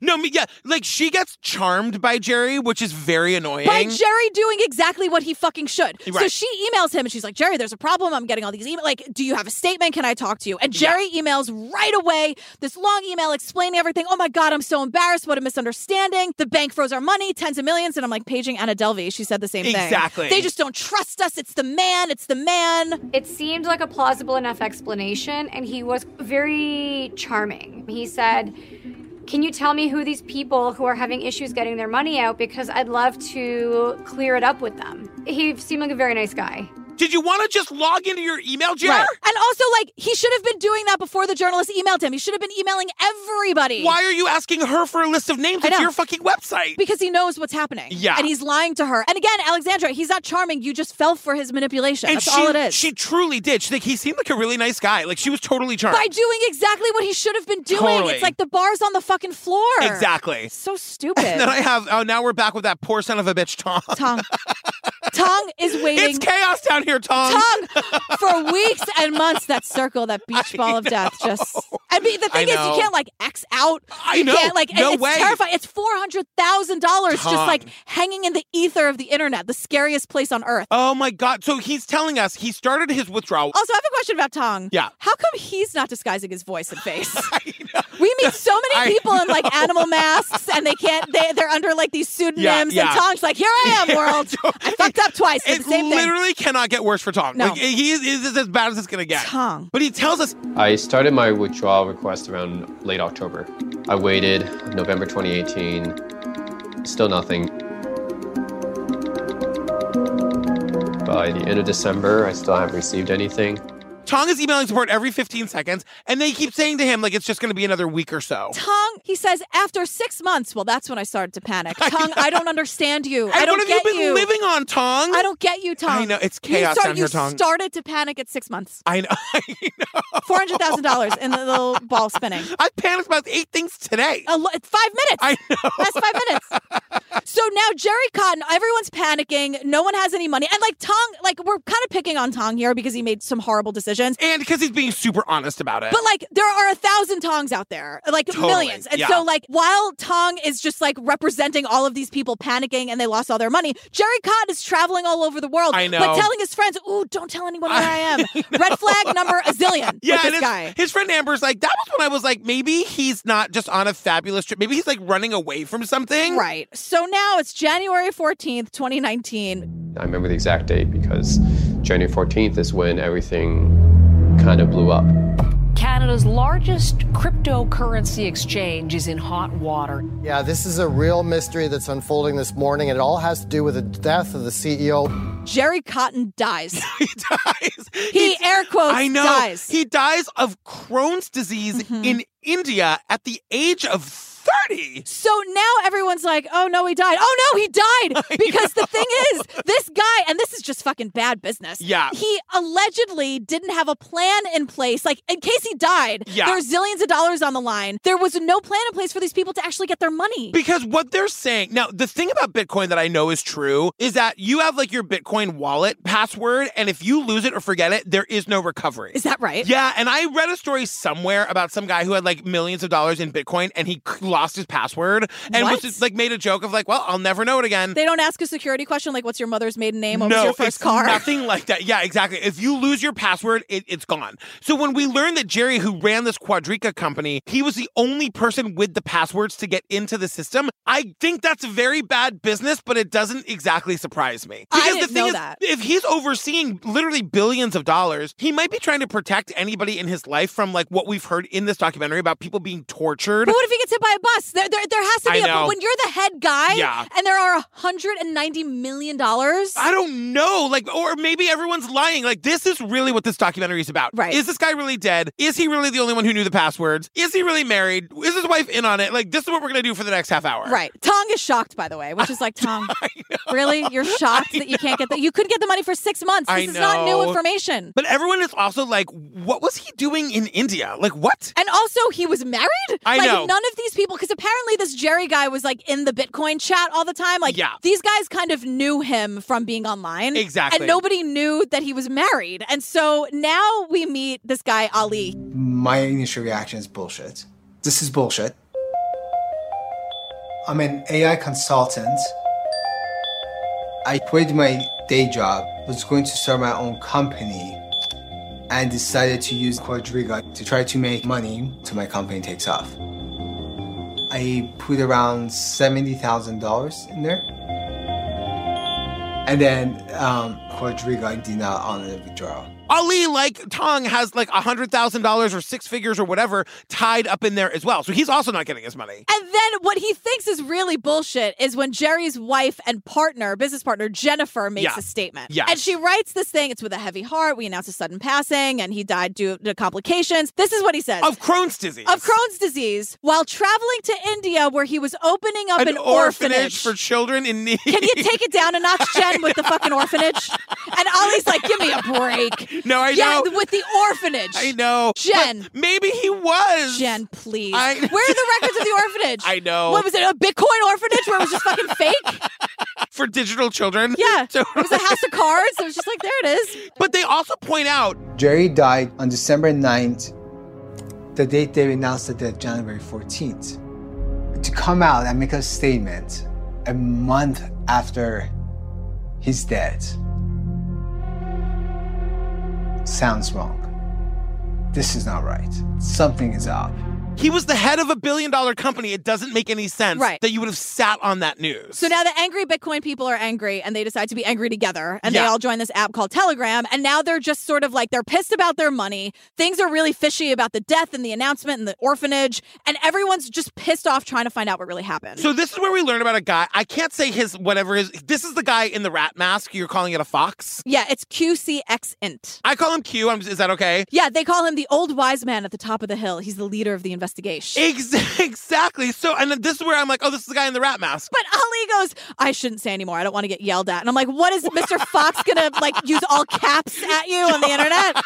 Speaker 2: No, I mean, yeah, like she gets charmed by Jerry, which is very annoying.
Speaker 1: by Jerry doing exactly what he fucking should. So
Speaker 2: Right.
Speaker 1: she emails him and she's like, Jerry, there's a problem. I'm getting all these emails. Like, do you have a statement? Can I talk to you? And Jerry emails right away this long email explaining everything. Oh my God, I'm so embarrassed. What a misunderstanding. The bank froze our money, tens of millions. And I'm like, paging Anna Delvey. She said the same thing.
Speaker 15: Exactly.
Speaker 1: They just don't trust us. It's the man. It's the man.
Speaker 15: It seemed like a plausible enough explanation, and he was very charming. He said, Can you tell me who these people who are having issues getting their money out? Because I'd love to clear it up with them. He seemed like a very nice guy.
Speaker 2: Did you want to just log into your email, Jerry?
Speaker 1: Right. And also, like, he should have been doing that before the journalist emailed him. He should have been emailing everybody.
Speaker 2: Why are you asking her for a list of names?
Speaker 1: I
Speaker 2: It's
Speaker 1: know.
Speaker 2: your fucking website.
Speaker 1: Because he knows what's happening.
Speaker 2: Yeah.
Speaker 1: And he's lying to her. And again, Alexandra, he's not charming. You just fell for his manipulation.
Speaker 2: and
Speaker 1: That's
Speaker 2: she,
Speaker 1: all it is.
Speaker 2: she truly did. She, like, he seemed like a really nice guy. Like she was totally charmed.
Speaker 1: By doing exactly what he should have been doing.
Speaker 2: Totally.
Speaker 1: It's like the bar's on the fucking floor.
Speaker 2: Exactly. (laughs)
Speaker 1: So stupid.
Speaker 2: And then I have. Oh, now we're back with that poor son of a bitch, Tom. (laughs)
Speaker 1: Tom. Tong is waiting.
Speaker 2: It's chaos down here, Tom. (laughs)
Speaker 1: Tong for weeks and months that circle, that beach ball of death. Just I mean, the
Speaker 2: I
Speaker 1: thing is,
Speaker 2: know.
Speaker 1: you can't like X out.
Speaker 2: I
Speaker 1: you
Speaker 2: know.
Speaker 1: Can't, like,
Speaker 2: No
Speaker 1: it's
Speaker 2: way.
Speaker 1: terrifying. It's four hundred thousand dollars just
Speaker 2: Tong.
Speaker 1: like hanging in the ether of the internet, the scariest place on earth.
Speaker 2: Oh my God. So he's telling us he started his withdrawal. (laughs)
Speaker 1: Also, I have a question about Tong.
Speaker 2: Yeah.
Speaker 1: How come he's not disguising his voice and face?
Speaker 2: (laughs)
Speaker 1: We meet so
Speaker 2: I
Speaker 1: many people in like
Speaker 2: know.
Speaker 1: animal masks and they can't they they're under like these pseudonyms
Speaker 2: yeah.
Speaker 1: and Tong's like, here I
Speaker 2: (laughs)
Speaker 1: am,
Speaker 2: Yeah,
Speaker 1: world. I fucked up twice. Did
Speaker 2: It
Speaker 1: the same thing.
Speaker 2: literally cannot get worse for Tom.
Speaker 1: No.
Speaker 2: Like, he is, is as bad as it's gonna get.
Speaker 1: Tom.
Speaker 2: But he tells us
Speaker 5: I started my withdrawal request around late October. I waited November 2018, still nothing. By the end of December, I still haven't received anything.
Speaker 2: Tong is emailing support every 15 seconds, and they keep saying to him, like, it's just gonna be another week or so.
Speaker 1: Tong, he says, after six months, well, that's when I started
Speaker 2: (laughs)
Speaker 1: to panic. Tong, I don't understand you.
Speaker 2: And
Speaker 1: I don't
Speaker 2: what have
Speaker 1: get
Speaker 2: you been living on, Tong?
Speaker 1: I don't get you, Tong.
Speaker 2: I know, it's
Speaker 1: You
Speaker 2: chaos
Speaker 1: start-
Speaker 2: down here, Tong.
Speaker 1: You started to panic at six
Speaker 2: (laughs)
Speaker 1: months.
Speaker 2: I know.
Speaker 1: Four hundred thousand dollars in the little ball spinning.
Speaker 2: I panicked about eight things today.
Speaker 1: A lo- five minutes. I know. Last five minutes. so now Jerry Cotton, everyone's panicking. No one has any money, and like Tong, like we're kind of picking on Tong here because he made some horrible decisions.
Speaker 2: And because he's being super honest about it.
Speaker 1: But like there are a thousand tongs out there, like
Speaker 2: Totally,
Speaker 1: millions. And
Speaker 2: yeah.
Speaker 1: so like while Tong is just like representing all of these people panicking and they lost all their money, Jerry Cotton is traveling all over the world.
Speaker 2: I know.
Speaker 1: But telling his friends, ooh, don't tell anyone where I,
Speaker 2: (laughs)
Speaker 1: am. Red flag number a zillion
Speaker 2: yeah, and
Speaker 1: with this
Speaker 2: his,
Speaker 1: guy.
Speaker 2: his friend Amber's like, that was when I was like, maybe he's not just on a fabulous trip. Maybe he's like running away from something. (laughs)
Speaker 1: Right. So now it's January 14th, 2019.
Speaker 5: I remember the exact date because January 14th is when everything kind of blew up.
Speaker 7: Canada's largest cryptocurrency exchange is in hot water.
Speaker 17: Yeah, this is a real mystery that's unfolding this morning, and it all has to do with the death of the CEO.
Speaker 1: Jerry Cotton dies. he dies. Oh, He air quotes
Speaker 2: I know.
Speaker 1: dies. Mm-hmm.
Speaker 2: He dies of Crohn's disease in India at the age of 30.
Speaker 1: So now everyone's like, oh no, he died. Oh no,
Speaker 2: (laughs)
Speaker 1: he died. Because the thing is, this guy, and this is just fucking bad business.
Speaker 2: Yeah.
Speaker 1: He allegedly didn't have a plan in place. Like, in case he died,
Speaker 2: Yeah.
Speaker 1: there were zillions of dollars on the line. There was no plan in place for these people to actually get their money.
Speaker 2: Because what they're saying now, the thing about Bitcoin that I know is true is that you have like your Bitcoin wallet password, and if you lose it or forget it, there is no recovery.
Speaker 1: Is that right?
Speaker 2: Yeah, and I read a story somewhere about some guy who had like millions of dollars in Bitcoin and he c- lost his password and was
Speaker 1: What?
Speaker 2: just like made a joke of like, well, I'll never know it again.
Speaker 1: They don't ask a security question like, what's your mother's maiden name? Or
Speaker 2: no,
Speaker 1: what's your first
Speaker 2: it's
Speaker 1: car? (laughs)
Speaker 2: nothing like that. Yeah, exactly. If you lose your password, it, it's gone. So when we learned that Jerry, who ran this Quadrica company, he was the only person with the passwords to get into the system, I think that's very bad business, but it doesn't exactly surprise me.
Speaker 1: I
Speaker 2: Because
Speaker 1: didn't
Speaker 2: the thing
Speaker 1: know
Speaker 2: is,
Speaker 1: that.
Speaker 2: if he's overseeing literally billions of dollars, he might be trying to protect anybody in his life from like what we've heard in this documentary about people being tortured.
Speaker 1: But what if he gets hit by a bus? There, there, there has to
Speaker 2: I
Speaker 1: be. a,
Speaker 2: know.
Speaker 1: but when you're the head guy,
Speaker 2: Yeah.
Speaker 1: and there are 190 million dollars.
Speaker 2: I don't know. Like, or maybe everyone's lying. Like, this is really what this documentary is about. Right. Is this guy really dead? Is he really the only one who knew the passwords? Is he really married? Is his wife in on it? Like, this is what we're going to do for the next half hour.
Speaker 1: Right. Tong is shocked, by the way, which
Speaker 2: (laughs)
Speaker 1: is like, Tong, really? You're shocked that you can't get the You could get the money for six months. This
Speaker 2: I
Speaker 1: is not new
Speaker 2: know.
Speaker 1: information.
Speaker 2: But everyone is also like, what was he doing in India? Like, what?
Speaker 1: And also, he was married?
Speaker 2: I
Speaker 1: like,
Speaker 2: know.
Speaker 1: none of these people, because apparently this Jerry guy was like in the Bitcoin chat all the time. Like,
Speaker 2: Yeah.
Speaker 1: these guys kind of knew him from being online.
Speaker 2: Exactly.
Speaker 1: And nobody knew that he was married. And so now we meet this guy, Ali.
Speaker 18: My initial reaction is bullshit. This is bullshit. I'm an AI consultant. I quit my day job, was going to start my own company, and decided to use Quadriga to try to make money till my company takes off. I put around $70,000 in there. And then um, Quadriga did not honor the withdrawal.
Speaker 2: Ali, like Tong, has like a $100,000 or six figures or whatever tied up in there as well. So he's also not getting his money.
Speaker 1: And then what he thinks is really bullshit is when Jerry's wife and partner, business partner Jennifer, makes
Speaker 2: Yeah.
Speaker 1: a statement.
Speaker 2: Yes.
Speaker 1: And she writes this thing. It's with a heavy heart. We announced a sudden passing, and he died due to complications. This is what he says.
Speaker 2: Of Crohn's disease.
Speaker 1: Of Crohn's disease, while traveling to India, where he was opening up an, orphanage.
Speaker 2: for children in need.
Speaker 1: (laughs) Can you take it down a notch, Jen, with the fucking orphanage? And Ollie's like, give me a break.
Speaker 2: (laughs) No, (laughs) I
Speaker 1: Jen,
Speaker 2: know.
Speaker 1: with the orphanage.
Speaker 2: I know.
Speaker 1: Jen.
Speaker 2: But maybe he was.
Speaker 1: Jen, please.
Speaker 2: I-
Speaker 1: Where are the records of the orphanage?
Speaker 2: (laughs) I know.
Speaker 1: What was it? A Bitcoin orphanage where it was
Speaker 2: (laughs)
Speaker 1: just fucking fake?
Speaker 2: for digital children.
Speaker 1: Yeah.
Speaker 2: (laughs) So,
Speaker 1: It was a house of cards. It was just like, there it is.
Speaker 2: but they also point out
Speaker 18: Jerry died on December 9th, the date they announced the death, January 14th. To come out and make a statement a month after he's dead sounds wrong. This is not right. Something is up.
Speaker 2: he was the head of a billion dollar company. It doesn't make any sense
Speaker 1: Right.
Speaker 2: that you would have sat on that news.
Speaker 1: So now the angry Bitcoin people are angry and they decide to be angry together and they
Speaker 2: Yeah.
Speaker 1: all join this app called Telegram. And now they're just sort of like, they're pissed about their money. Things are really fishy about the death and the announcement and the orphanage. And everyone's just pissed off trying to find out what really happened.
Speaker 2: So this is where we learn about a guy. I can't say his whatever his. This is the guy in the rat mask. You're calling it a fox.
Speaker 1: yeah, it's QCX Int.
Speaker 2: I call him Q. I'm, is that okay?
Speaker 1: Yeah, they call him the old wise man at the top of the hill. He's the leader of the investigation.
Speaker 2: Ex- (laughs) exactly. So and then this is where I'm like, oh, this is the guy in the rat mask.
Speaker 1: But Ali goes, I shouldn't say anymore. I don't want to get yelled at. And I'm like,
Speaker 2: (laughs)
Speaker 1: what is Mr. Fox gonna like use all caps at you
Speaker 2: (laughs)
Speaker 1: on the internet?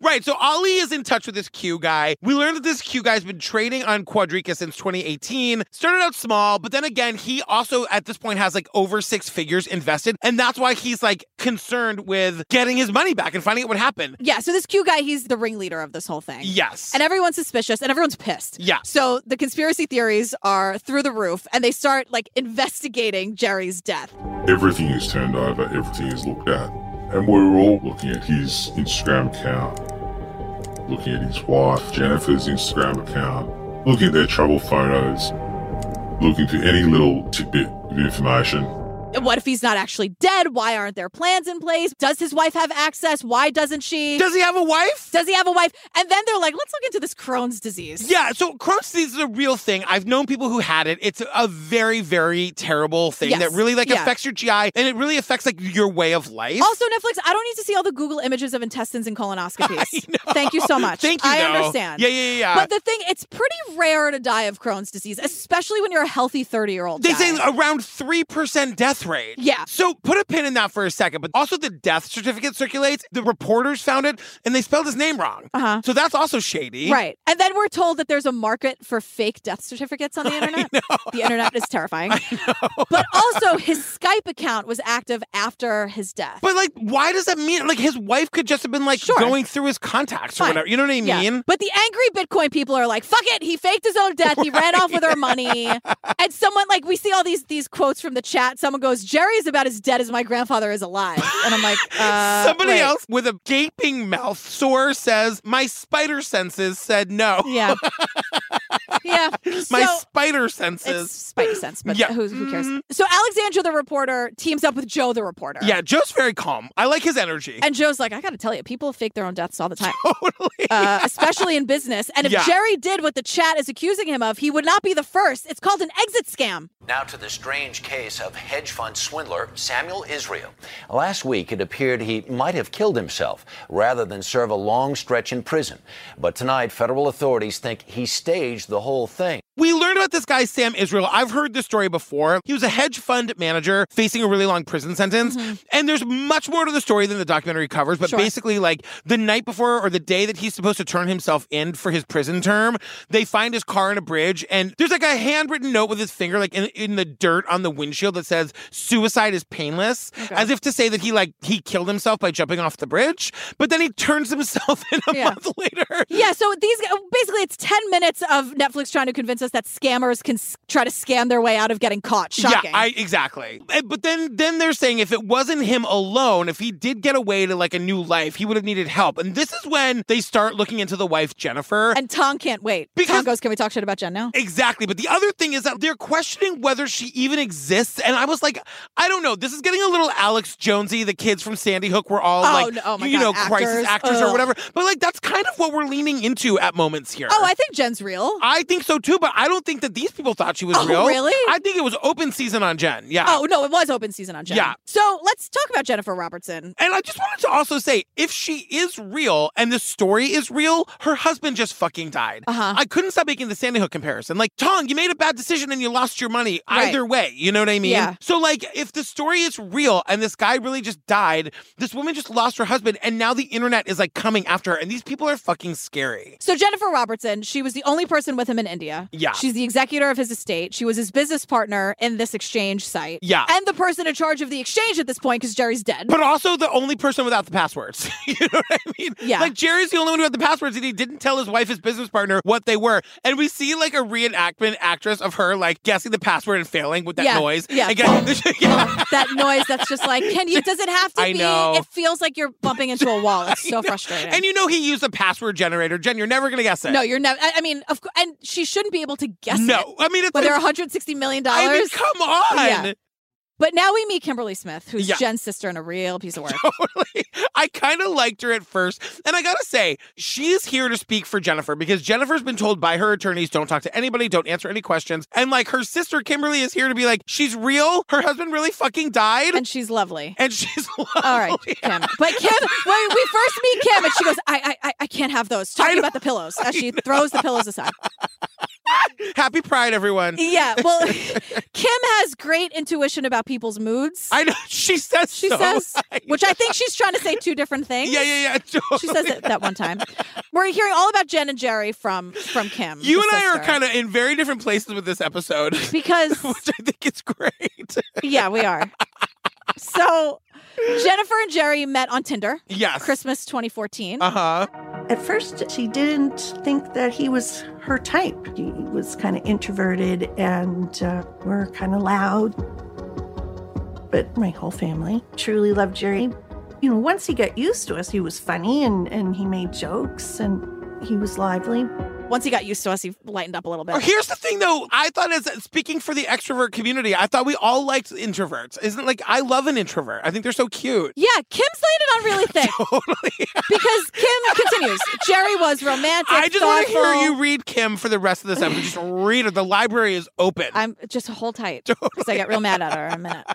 Speaker 2: Right. So Ali is in touch with this Q guy. We learned that this Q guy's been trading on Quadrica since 2018. Started out small, but then again, he also at this point has like over six figures invested. And that's why he's like concerned with getting his money back and finding out what happened.
Speaker 1: Yeah, so this Q guy, he's the ringleader of this whole thing.
Speaker 2: Yes.
Speaker 1: And everyone's suspicious and everyone's pissed.
Speaker 2: Yeah.
Speaker 1: So the conspiracy theories are through the roof and they start like investigating Jerry's death.
Speaker 3: Everything is turned over, everything is looked at. And we're all looking at his Instagram account, looking at his wife, Jennifer's Instagram account, looking at their travel photos, looking for any little tidbit of information.
Speaker 1: What if he's not actually dead? Why aren't there plans in place? Does his wife have access? Why doesn't she?
Speaker 2: Does he have a wife?
Speaker 1: Does he have a wife? And then they're like, let's look into this Crohn's disease.
Speaker 2: Yeah, so Crohn's disease is a real thing. I've known people who had it. It's a very, very terrible thing
Speaker 1: Yes.
Speaker 2: that really like
Speaker 1: Yeah.
Speaker 2: affects your GI and it really affects like your way of life.
Speaker 1: Also, Netflix, I don't need to see all the Google images of intestines
Speaker 2: (laughs)
Speaker 1: and colonoscopies. Thank you so much.
Speaker 2: Thank you.
Speaker 1: I
Speaker 2: though.
Speaker 1: understand.
Speaker 2: Yeah, yeah, yeah.
Speaker 1: But the thing, it's pretty rare to die of Crohn's disease, especially when you're a healthy 30 year old.
Speaker 2: they say around 3% death rate.
Speaker 1: Yeah.
Speaker 2: So put a pin in that for a second, but also the death certificate circulates. The reporters found it and they spelled his name wrong. Uh-huh. So that's also shady.
Speaker 1: Right. And then we're told that there's a market for fake death
Speaker 2: (laughs)
Speaker 1: certificates on the internet. The internet is terrifying. But also, his Skype account was active after his death.
Speaker 2: But like, why does that mean? Like, his wife could just have been like going through his contacts or
Speaker 1: Fine.
Speaker 2: whatever. You know what I mean?
Speaker 1: Yeah. But the angry Bitcoin people are like, "Fuck it, he faked his own death. He ran off with
Speaker 2: (laughs)
Speaker 1: our money." And someone like we see all these these quotes from the chat. Someone goes, "Jerry is about as dead as my grandfather is alive," and I'm like,
Speaker 2: (laughs)
Speaker 1: uh,
Speaker 2: Somebody
Speaker 1: wait.
Speaker 2: else with a gaping mouth sore says, "My spider senses said no." (laughs)
Speaker 1: Yeah. Yeah.
Speaker 2: My
Speaker 1: Mm, So-
Speaker 2: spider senses.
Speaker 1: It's spidey sense, but
Speaker 2: Yeah. Mm-hmm.
Speaker 1: who, who cares? So Alexandra the reporter teams up with Joe the reporter.
Speaker 2: yeah, Joe's very calm. I like his energy.
Speaker 1: And Joe's like, I got to tell you, people fake their own deaths all
Speaker 2: (laughs)
Speaker 1: the time. Totally. Uh, especially in business. And if
Speaker 11: Yeah.
Speaker 1: Jerry did what the chat is accusing him of, he would not be the first. It's called an exit scam.
Speaker 19: Now to the strange case of hedge fund swindler Samuel Israel. Last week, it appeared he might have killed himself rather than serve a long stretch in prison. But tonight, federal authorities think he staged the whole thing.
Speaker 2: We learned about this guy, Sam Israel. I've heard this story before. He was a hedge fund manager facing a really long prison sentence. And there's much more to the story than the documentary covers. But
Speaker 14: Sure.
Speaker 2: basically, like the night before or the day that he's supposed to turn himself in for his prison term, they find his car in a bridge. And there's like a handwritten note with his finger, like in, in the dirt on the windshield that says, suicide is painless, as if to say that he, like, he killed himself by jumping off the bridge. But then he turns himself (laughs) in a month later.
Speaker 1: Yeah, so these basically it's 10 minutes of Netflix trying to convince us that scammers can s- try to scam their way out of getting caught. Shocking.
Speaker 2: Yeah, I, exactly. Eh, But then then they're saying if it wasn't him alone, if he did get away to like a new life, he would have needed help. And this is when they start looking into the wife Jennifer.
Speaker 1: and Tom can't wait. Tom goes, Can we talk shit about Jen now?
Speaker 2: Exactly. But the other thing is that they're questioning whether she even exists. And I was like, I don't know. This is getting a little Alex Jonesy. The kids from Sandy Hook were all
Speaker 1: Oh,
Speaker 2: like,
Speaker 1: no. Oh, my
Speaker 2: you
Speaker 1: God.
Speaker 2: know, crisis
Speaker 1: Actors.
Speaker 2: actors or
Speaker 1: Ugh.
Speaker 2: whatever. But like, that's kind of what we're leaning into at moments here.
Speaker 1: Oh, I think Jen's real.
Speaker 2: I think so too, but I don't think that these people thought she was
Speaker 1: Oh,
Speaker 2: real.
Speaker 1: really?
Speaker 2: I think it was open season on Jen. Yeah.
Speaker 1: Oh, no, it was open season on Jen.
Speaker 2: Yeah.
Speaker 1: So let's talk about Jennifer Robertson.
Speaker 2: And I just wanted to also say, if she is real and the story is real, her husband just fucking died. Uh-huh. I couldn't stop making the Sandy Hook comparison. Like, Tong, you made a bad decision and you lost your money
Speaker 14: Right.
Speaker 2: either way. You know what I mean?
Speaker 14: Yeah.
Speaker 2: So, like, if the story is real and this guy really just died, this woman just lost her husband, and now the internet is like coming after her, and these people are fucking scary.
Speaker 1: So Jennifer Robertson, she was the only person with him in India.
Speaker 2: Yeah.
Speaker 1: She's the executor of his estate. She was his business partner in this exchange site.
Speaker 2: Yeah.
Speaker 1: And the person in charge of the exchange at this point because Jerry's dead.
Speaker 2: But also the only person without the passwords. (laughs) you know what I mean?
Speaker 1: Yeah.
Speaker 2: Like Jerry's the only one who had the passwords and he didn't tell his wife, his business partner, what they were. And we see like a reenactment actress of her like guessing the password and failing with that
Speaker 1: Yeah,
Speaker 2: noise.
Speaker 1: yeah.
Speaker 2: And (laughs) guess-
Speaker 1: (laughs)
Speaker 2: yeah.
Speaker 1: that noise that's just like, can you? Does it have
Speaker 2: (laughs)
Speaker 1: to
Speaker 2: I
Speaker 1: be?
Speaker 2: know.
Speaker 1: It feels like you're bumping into a wall.
Speaker 2: (laughs)
Speaker 1: It's so frustrating.
Speaker 2: And you know he used a password generator. Jen, you're never gonna guess it.
Speaker 1: no, you're never. I I mean, of course, and she shouldn't be able to guess.
Speaker 2: No,
Speaker 1: it,
Speaker 2: I mean, it's-
Speaker 1: but they're
Speaker 2: (laughs) it's-
Speaker 1: 160 million dollars.
Speaker 2: I mean, come on.
Speaker 1: Yeah. But now we meet Kimberly Smith, who's
Speaker 2: Yeah.
Speaker 1: Jen's sister and a real piece
Speaker 2: (laughs)
Speaker 1: of work.
Speaker 2: I kind of liked her at first. And I got to say, she's here to speak for Jennifer because Jennifer's been told by her attorneys don't talk to anybody, don't answer any questions. And like her sister Kimberly is here to be like, she's real. Her husband really fucking died. And (laughs)
Speaker 1: she's lovely.
Speaker 2: And she's lovely.
Speaker 1: All right, Kim. But Kim, when we first meet Kim, and she goes, I, I, I- I can't have those. Talking about the pillows
Speaker 2: (laughs)
Speaker 1: as she throws the pillows aside.
Speaker 2: Happy Pride, everyone.
Speaker 1: Yeah. Well, (laughs) Kim has great intuition about people's moods.
Speaker 2: I know. (laughs) She says
Speaker 1: She
Speaker 2: so. (laughs)
Speaker 1: says, which I think she's trying to say two different things.
Speaker 2: Yeah, yeah, (laughs) yeah.
Speaker 1: (laughs) She says it that one time. We're hearing all about Jen and Jerry from from Kim.
Speaker 2: You
Speaker 1: the
Speaker 2: and I are
Speaker 1: sister.
Speaker 2: kind of in very different places with this episode. (laughs)
Speaker 1: (laughs) because
Speaker 2: which I think is great.
Speaker 1: yeah, we are. So Jennifer and Jerry met on Tinder.
Speaker 2: Yes.
Speaker 1: Christmas 2014.
Speaker 2: Uh huh.
Speaker 20: At first, she didn't think that he was her type. He was kind of introverted and uh, were kind of loud. But my whole family truly loved Jerry. You know, once he got used to us, he was funny and, and he made jokes and he was lively.
Speaker 1: Once he got used to us, he lightened up a little bit.
Speaker 2: Or Oh, here's the thing, though. I thought as speaking for the extrovert community, I thought we all liked introverts. Isn't like I love an introvert. I think they're so cute. (laughs)
Speaker 1: Yeah, Kim's laid it on really thick. totally. because Kim continues. Jerry was romantic.
Speaker 2: I just want to hear
Speaker 1: thoughtful.
Speaker 2: you read Kim for the rest of this episode. Just read it. The library is open.
Speaker 1: I'm just hold tight because I get real mad at her in a minute.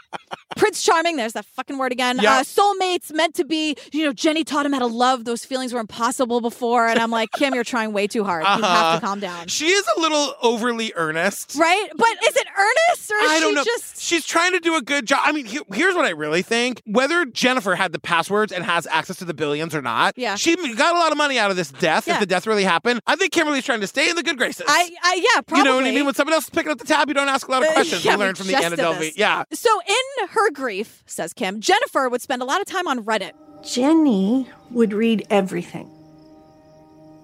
Speaker 1: Prince Charming, there's that fucking word again.
Speaker 2: Yeah.
Speaker 1: Uh, soulmates meant to be. You know, Jenny taught him how to love. Those feelings were impossible before, and I'm like, Kim, you're trying way too hard. You have
Speaker 2: Uh-huh.
Speaker 1: to calm down,
Speaker 2: She is a little overly earnest.
Speaker 1: right? But is it earnest or is
Speaker 2: I
Speaker 1: she
Speaker 2: don't know.
Speaker 1: just
Speaker 2: She's trying to do a good job. I mean, he- here's what I really think: whether Jennifer had the passwords and has access to the billions or not,
Speaker 1: Yeah.
Speaker 2: she got a lot of money out of this death.
Speaker 1: Yeah.
Speaker 2: If the death really happened, I think Kimberly's trying to stay in the good graces.
Speaker 1: I, I yeah, probably.
Speaker 2: You know what I mean? When someone else is picking up the tab, you don't ask a lot of
Speaker 1: Uh,
Speaker 2: questions.
Speaker 1: yeah,
Speaker 2: you learn
Speaker 1: we
Speaker 2: from the
Speaker 1: just
Speaker 2: Anna
Speaker 1: did
Speaker 2: Delvey.
Speaker 1: this.
Speaker 2: Yeah.
Speaker 1: So in her grief, says Kim, Jennifer would spend a lot of time on Reddit.
Speaker 20: Jenny would read everything.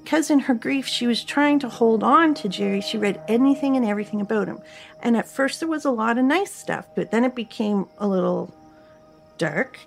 Speaker 20: Because in her grief, she was trying to hold on to Jerry. She read anything and everything about him. And at first, there was a lot of nice stuff, but then it became a little dark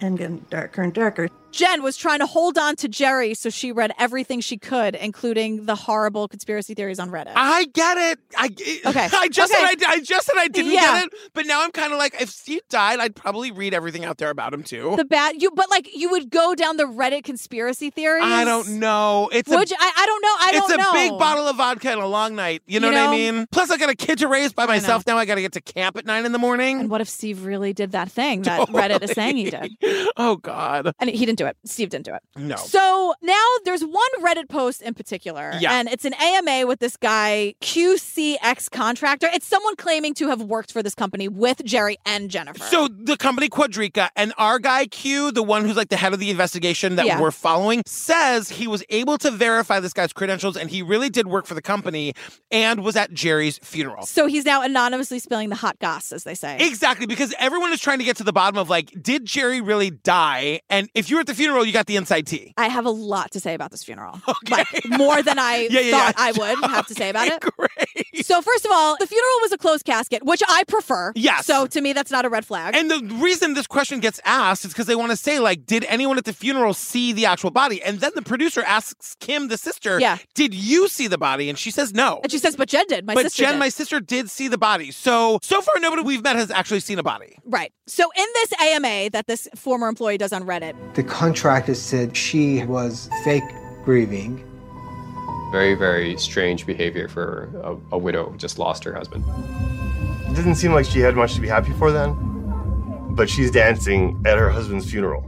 Speaker 20: and getting darker and darker.
Speaker 1: Jen was trying to hold on to Jerry, so she read everything she could, including the horrible conspiracy theories on Reddit.
Speaker 2: I get it. I (laughs)
Speaker 1: Okay.
Speaker 2: I just
Speaker 1: Okay.
Speaker 2: said I, d- I just said I didn't
Speaker 1: Yeah.
Speaker 2: get it, but now I'm kind of like, if Steve died, I'd probably read everything out there about him too.
Speaker 1: the bad you, but like you would go down the Reddit conspiracy theories.
Speaker 2: I don't know. It's
Speaker 1: Would
Speaker 2: a,
Speaker 1: you? I, I don't know. I
Speaker 2: it's
Speaker 1: don't
Speaker 2: a
Speaker 1: know.
Speaker 2: big bottle of vodka and a long night. You know,
Speaker 1: You
Speaker 2: what I
Speaker 1: know?
Speaker 2: mean? Plus, I got a kid to raise by myself now. I got to get to camp at nine in the morning.
Speaker 1: And what if Steve really did that thing
Speaker 2: (laughs)
Speaker 1: that Reddit is saying he did?
Speaker 2: Oh God.
Speaker 1: And he didn't do it. Steve didn't do it.
Speaker 2: No.
Speaker 1: So now there's one Reddit post in particular,
Speaker 2: Yeah.
Speaker 1: and it's an AMA with this guy QCX contractor. It's someone claiming to have worked for this company with Jerry and Jennifer.
Speaker 2: So the company Quadrica and our guy Q, the one who's like the head of the investigation that
Speaker 1: Yeah.
Speaker 2: we're following, says he was able to verify this guy's credentials and he really did work for the company and was at Jerry's funeral.
Speaker 1: So he's now anonymously spilling the hot goss, as they say.
Speaker 2: Exactly, because everyone is trying to get to the bottom of like, did Jerry really die? And if you were at the funeral, you got the inside
Speaker 1: (laughs)
Speaker 2: tea.
Speaker 1: I have a lot to say about this
Speaker 2: (laughs)
Speaker 1: funeral, like more than I
Speaker 2: Yeah, yeah,
Speaker 1: thought
Speaker 2: yeah.
Speaker 1: I would have to say about it. So first of all, the funeral was a closed casket, which I prefer.
Speaker 2: Yes.
Speaker 1: So to me, that's not a red flag.
Speaker 2: And the reason this question gets asked is because they want to say, like, did anyone at the funeral see the actual body? And then the producer asks Kim, the sister,
Speaker 1: Yeah.
Speaker 2: did you see the body? And she says no.
Speaker 1: And she says, but Jen did. My
Speaker 2: but
Speaker 1: sister
Speaker 2: Jen,
Speaker 1: did."
Speaker 2: my sister, did see the body. So so far, nobody we've met has actually seen a body.
Speaker 1: Right. So in this AMA that this former employee does on Reddit,
Speaker 18: The contractor said she was fake grieving.
Speaker 5: Very, very strange behavior for a, a widow who just lost her husband.
Speaker 14: It doesn't seem like she had much to be happy for then, but she's dancing at her husband's funeral.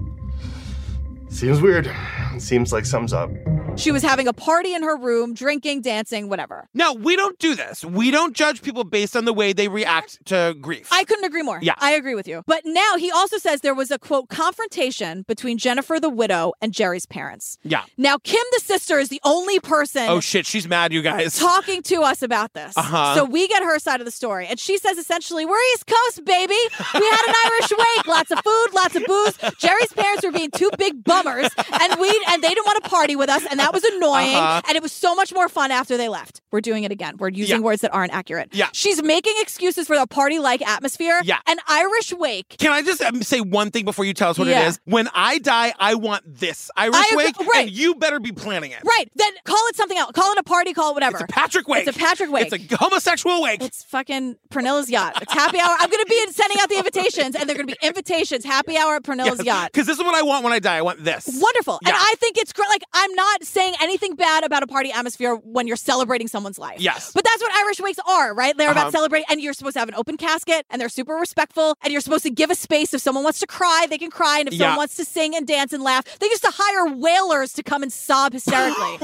Speaker 14: Seems weird. Seems like something's up.
Speaker 1: she was having a party in her room, drinking, dancing, whatever.
Speaker 2: Now, we don't do this. We don't judge people based on the way they react to grief.
Speaker 1: I couldn't agree more.
Speaker 2: Yeah.
Speaker 1: I agree with you. But now he also says there was a quote confrontation between Jennifer the widow and Jerry's parents. (laughs)
Speaker 2: yeah.
Speaker 1: Now Kim the sister is the only person
Speaker 2: Oh shit, she's mad, you guys.
Speaker 1: talking to us about this.
Speaker 2: Uh-huh.
Speaker 1: So we get her side of the story. And she says essentially, We're East Coast, baby. We had an Irish wake, lots of food, lots of booze. Jerry's parents were being two big bummers, and we and they didn't want to party with us, and that was annoying.
Speaker 12: Uh-huh.
Speaker 1: And it was so much more fun after they left. We're doing it again. We're using
Speaker 2: Yeah.
Speaker 1: words that aren't accurate.
Speaker 2: Yeah.
Speaker 1: She's making excuses for the party like atmosphere.
Speaker 2: Yeah.
Speaker 1: An Irish wake.
Speaker 2: Can I just um, say one thing before you tell us what
Speaker 1: Yeah.
Speaker 2: it is? When I die, I want this Irish
Speaker 1: agree-
Speaker 2: wake,
Speaker 1: right.
Speaker 2: and you better be planning it.
Speaker 1: Right. Then call it something else. Call it a party, call it whatever. It's a
Speaker 2: Patrick wake.
Speaker 1: It's a Patrick wake.
Speaker 2: It's a homosexual wake.
Speaker 1: It's fucking Pernilla's yacht. It's happy hour. I'm gonna be sending out the invitations, and they're gonna be invitations. Happy hour at Pernilla's yacht.
Speaker 2: Because this is what I want when I die. I want this. (laughs)
Speaker 1: Wonderful. And
Speaker 2: Yeah.
Speaker 1: I think it's great. Like I'm not saying anything bad about a party atmosphere when you're celebrating someone's life.
Speaker 2: Yes.
Speaker 1: But that's what Irish wakes are, right? They're
Speaker 2: Uh-huh.
Speaker 1: about celebrating, and you're supposed to have an open casket, and they're super respectful, and you're supposed to give a space. If someone wants to cry, they can cry, and if
Speaker 2: Yeah.
Speaker 1: someone wants to sing and dance and laugh, they used to hire wailers to come and
Speaker 2: (laughs)
Speaker 1: sob hysterically.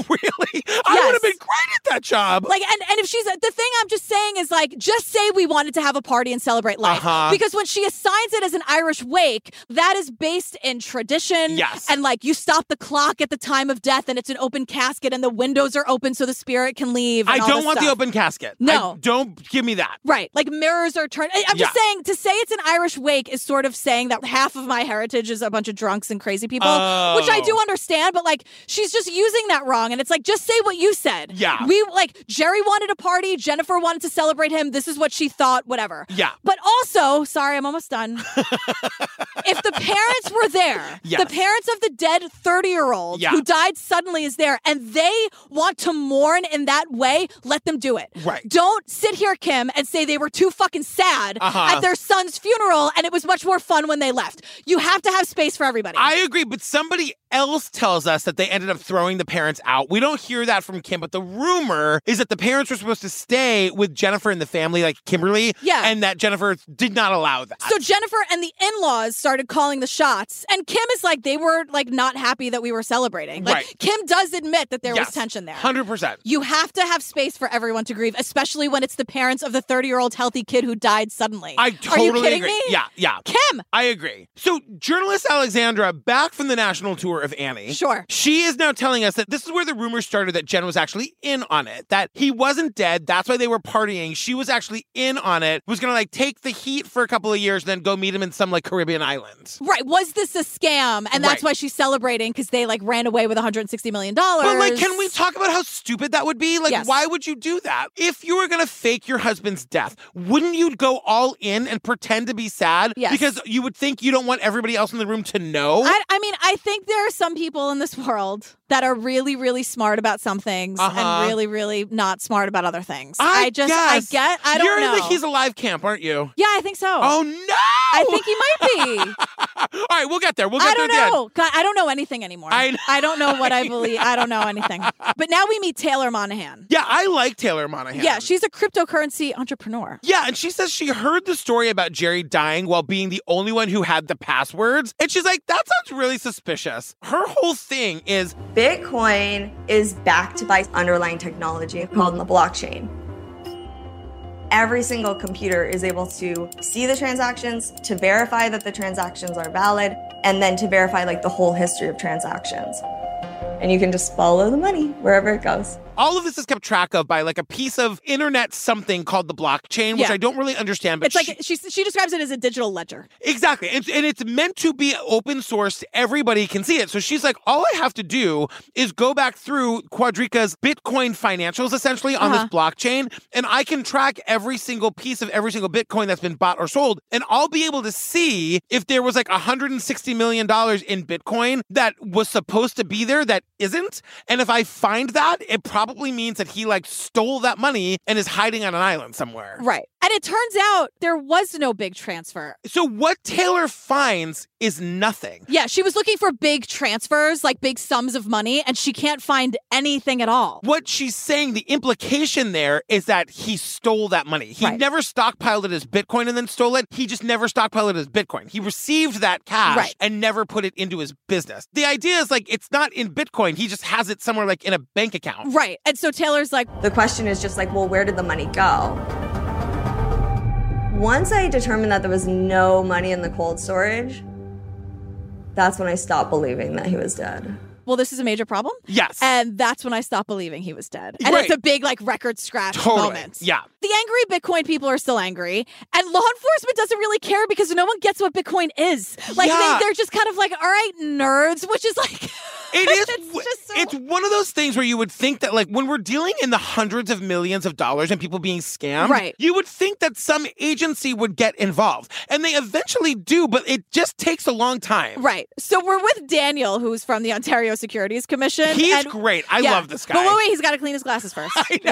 Speaker 2: I would have been great at that job.
Speaker 1: Like, and, and if she's the thing I'm just saying is like, just say we wanted to have a party and celebrate life.
Speaker 2: Uh-huh.
Speaker 1: Because when she assigns it as an Irish wake, that is based in tradition.
Speaker 2: Yes.
Speaker 1: And like, you stop the clock at the time of death and it's an open casket and the windows are open so the spirit can leave.
Speaker 2: I
Speaker 1: and all
Speaker 2: don't
Speaker 1: this
Speaker 2: want the
Speaker 1: stuff.
Speaker 2: open casket. I
Speaker 1: No.
Speaker 2: don't give me that.
Speaker 1: Right. Like mirrors are turned. I- I'm just
Speaker 2: Yeah.
Speaker 1: saying to say it's an Irish wake is sort of saying that half of my heritage is a bunch of drunks and crazy people, which I
Speaker 2: Oh.
Speaker 1: do understand, but like she's just using that wrong. And it's like, just say what you said.
Speaker 2: Yeah.
Speaker 1: We like Jerry wanted a party, Jennifer wanted to celebrate him. This is what she thought, whatever.
Speaker 2: Yeah. (laughs)
Speaker 1: But also, sorry, I'm almost done. if the parents were there,
Speaker 2: Yes.
Speaker 1: the parents of the dead 30 year old
Speaker 2: Yeah.
Speaker 1: who died suddenly is there, and they want to mourn in that way, let them do it.
Speaker 2: Right.
Speaker 1: Don't sit here, Kim, and say they were too fucking sad
Speaker 2: Uh-huh.
Speaker 1: at their son's funeral and it was much more fun when they left. You have to have space for everybody.
Speaker 2: I agree, but somebody else tells us that they ended up throwing the parents out. We don't hear that from Kim, but the rumor is that the parents were supposed to stay with Jennifer and the family, like Kimberly.
Speaker 1: Yeah.
Speaker 2: And that Jennifer did not allow that.
Speaker 1: So Jennifer and the in-laws started calling the shots, and Kim is like, they were like not happy that we were celebrating. Like
Speaker 2: Right.
Speaker 1: Kim does admit that there
Speaker 2: Yes.
Speaker 1: was tension there.
Speaker 2: 100%.
Speaker 1: You have to have space for everyone to grieve, especially when it's the parents of the 30-year-old healthy kid who died suddenly.
Speaker 2: I totally
Speaker 1: Are you kidding
Speaker 2: agree.
Speaker 1: me?
Speaker 2: Yeah, yeah.
Speaker 1: Kim.
Speaker 2: I agree. So, journalist Alexandra, back from the national tour of Annie.
Speaker 1: Sure.
Speaker 2: She is now telling us that this is where the rumor started that Jen was actually in on it, that he wasn't dead. That's why they were partying. She was actually in on it, was going to like take the heat for a couple of years, then go meet him in some like Caribbean island.
Speaker 1: Right. Was this a scam? And that's
Speaker 2: Right.
Speaker 1: why she's celebrating because they like ran away with $160 million. But
Speaker 2: But like, can we talk about how stupid that would be? Like,
Speaker 1: Yes.
Speaker 2: why would you do that? If you were gonna fake your husband's death, wouldn't you go all in and pretend to be sad?
Speaker 1: Yes.
Speaker 2: Because you would think you don't want everybody else in the room to know.
Speaker 1: I, I mean, I think there are some people in this world that are really, really smart about some things
Speaker 2: Uh-huh.
Speaker 1: and really, really not smart about other things.
Speaker 2: I
Speaker 1: just,
Speaker 2: guess.
Speaker 1: I get, I don't
Speaker 2: You're
Speaker 1: know.
Speaker 2: in the he's alive camp, aren't you?
Speaker 1: yeah, I think so.
Speaker 2: Oh no!
Speaker 1: I think he might be.
Speaker 2: All right, (laughs) we'll get there. We'll get
Speaker 1: I
Speaker 2: there
Speaker 1: don't
Speaker 2: at the end.
Speaker 1: know. God, I don't know anything anymore.
Speaker 2: I know. (laughs)
Speaker 1: don't know what I believe. I don't know anything. But now we meet Taylor Monahan.
Speaker 2: Yeah, I like Taylor Monahan.
Speaker 1: Yeah, she's a cryptocurrency entrepreneur.
Speaker 2: Yeah, and she says she heard the story about Jerry dying while being the only one who had the passwords. And she's like, that sounds really suspicious. Her whole thing is
Speaker 21: Bitcoin (laughs) is backed by underlying technology called the blockchain. Every single computer is able to see the transactions, to verify that the transactions are valid, and then to verify like the whole history of transactions. And you can just follow the money wherever it goes.
Speaker 2: all of this is kept track of by like a piece of internet something called the blockchain, which
Speaker 1: Yeah.
Speaker 2: I don't really understand, but
Speaker 1: it's like she, she describes it as a digital ledger.
Speaker 2: Exactly. And, and it's meant to be open source. Everybody can see it. So she's like, all I have to do is go back through Quadrica's Bitcoin financials essentially on
Speaker 1: Uh-huh.
Speaker 2: this blockchain, and I can track every single piece of every single Bitcoin that's been bought or sold. And I'll be able to see if there was like $160 million in Bitcoin that was supposed to be there that isn't. And if I find that, it probably means that he like stole that money and is hiding on an island somewhere.
Speaker 1: Right. And it turns out there was no big transfer.
Speaker 2: So what Taylor finds is nothing.
Speaker 1: Yeah, she was looking for big transfers, like big sums of money, and she can't find anything at all.
Speaker 2: What she's saying, the implication there is that he stole that money. He never stockpiled it as Bitcoin and then stole it. He just never stockpiled it as Bitcoin. He received that cash
Speaker 1: Right.
Speaker 2: and never put it into his business. The idea is like it's not in Bitcoin. He just has it somewhere like in a bank
Speaker 1: (laughs)
Speaker 2: account.
Speaker 1: Right. And so Taylor's like,
Speaker 21: The question is just like, well, where did the money go? Once I determined that there was no money in the cold storage, that's when I stopped believing that he was dead.
Speaker 1: well, this is a major problem.
Speaker 2: Yes.
Speaker 1: And that's when I stopped believing he was dead. And
Speaker 2: Right.
Speaker 1: it's a big, like, record scratch moment.
Speaker 2: Yeah.
Speaker 1: The angry Bitcoin people are still angry, and law enforcement doesn't really care because no one gets what Bitcoin is. Like,
Speaker 2: Yeah.
Speaker 1: they, they're just kind of like, all right, nerds, which is like, (laughs)
Speaker 2: It is. it's, one of those things where you would think that, like, when we're dealing in the hundreds of millions of dollars and people being scammed,
Speaker 1: Right.
Speaker 2: You would think that some agency would get involved, and they eventually do, but it just takes a long time.
Speaker 1: Right. So we're with Daniel, who's from the Ontario Securities Commission.
Speaker 2: He's
Speaker 1: and-
Speaker 2: great. I love this guy.
Speaker 1: But wait, wait, he's got to clean his
Speaker 2: (laughs)
Speaker 1: glasses first. wait,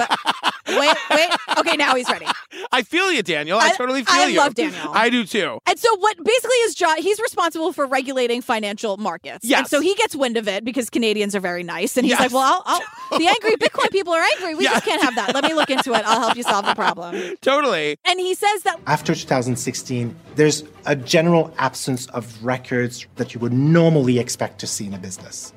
Speaker 1: wait. Okay, now he's ready.
Speaker 2: I feel you, Daniel. I, totally feel
Speaker 1: I
Speaker 2: you.
Speaker 1: love Daniel.
Speaker 2: I do too.
Speaker 1: And so, what basically is job? He's responsible for regulating financial markets. And
Speaker 2: Yes.
Speaker 1: so he gets wind of it because Canadians are very nice, and he's
Speaker 2: Yes.
Speaker 1: like, "Well, I'll, I'll,
Speaker 2: (laughs)
Speaker 1: the angry Bitcoin people are angry. We just can't have that. Let me look into it. I'll help you solve the problem."
Speaker 2: Totally.
Speaker 1: And he says that
Speaker 22: After 2016, there's a general absence of records that you would normally expect to see in a business.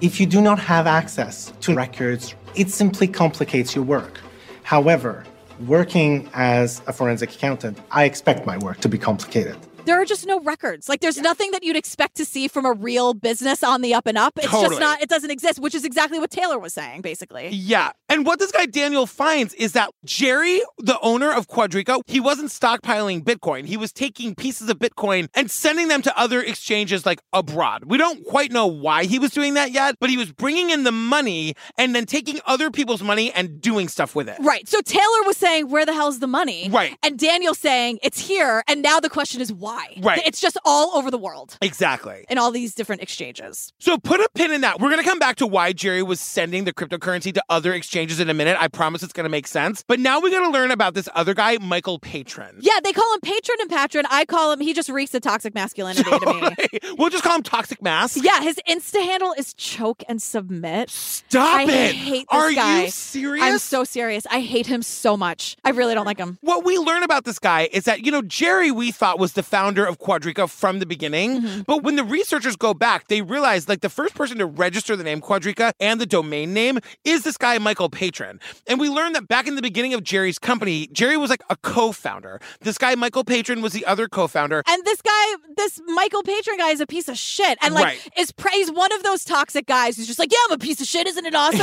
Speaker 22: If you do not have access to records, it simply complicates your work. However, working as a forensic accountant, I expect my work to be complicated.
Speaker 1: there are just no records. Like, there's nothing that you'd expect to see from a real business on the up and up. It's
Speaker 2: Totally.
Speaker 1: just not. It doesn't exist, which is exactly what Taylor was saying, basically.
Speaker 2: Yeah. And what this guy Daniel finds is that Jerry, the owner of Quadrico, he wasn't stockpiling Bitcoin. He was taking pieces of Bitcoin and sending them to other exchanges like abroad. We don't quite know why he was doing that yet, but he was bringing in the money and then taking other people's money and doing stuff with it.
Speaker 1: Right. So Taylor was saying, "Where the hell's the money?"
Speaker 2: Right.
Speaker 1: And Daniel saying, "It's here." And now the question is, why? why.
Speaker 2: Right.
Speaker 1: It's just all over the world
Speaker 2: Exactly.
Speaker 1: in all these different exchanges.
Speaker 2: So put a pin in that. We're going to come back to why Jerry was sending the cryptocurrency to other exchanges in a minute. I promise it's going to make sense. But now we got to learn about this other guy, Michael Patron.
Speaker 1: Yeah, they call him patron and patron. I call him, he just reeks of toxic masculinity to
Speaker 2: (laughs)
Speaker 1: me.
Speaker 2: We'll just call him Toxic Mask.
Speaker 1: Yeah, his Insta handle is choke and submit.
Speaker 2: Stop
Speaker 1: I
Speaker 2: it.
Speaker 1: hate this
Speaker 2: Are you
Speaker 1: guy. I'm
Speaker 2: serious?
Speaker 1: so serious. I hate him so much. I really don't like him.
Speaker 2: What we learn about this guy is that, you know, Jerry, we thought was the founder of Quadrica from the beginning. But when the researchers go back, they realize like the first person to register the name Quadrica and the domain name is this guy, Michael Patron. And we learned that back in the beginning of Jerry's company, Jerry was like a co founder. This guy, Michael Patron, was the other co founder.
Speaker 1: And this guy, this Michael Patron guy, is a piece of shit. And like,
Speaker 2: Right.
Speaker 1: is pra- he's one of those toxic guys who's just like, yeah, I'm a piece of shit. Isn't
Speaker 2: (laughs)
Speaker 1: it awesome?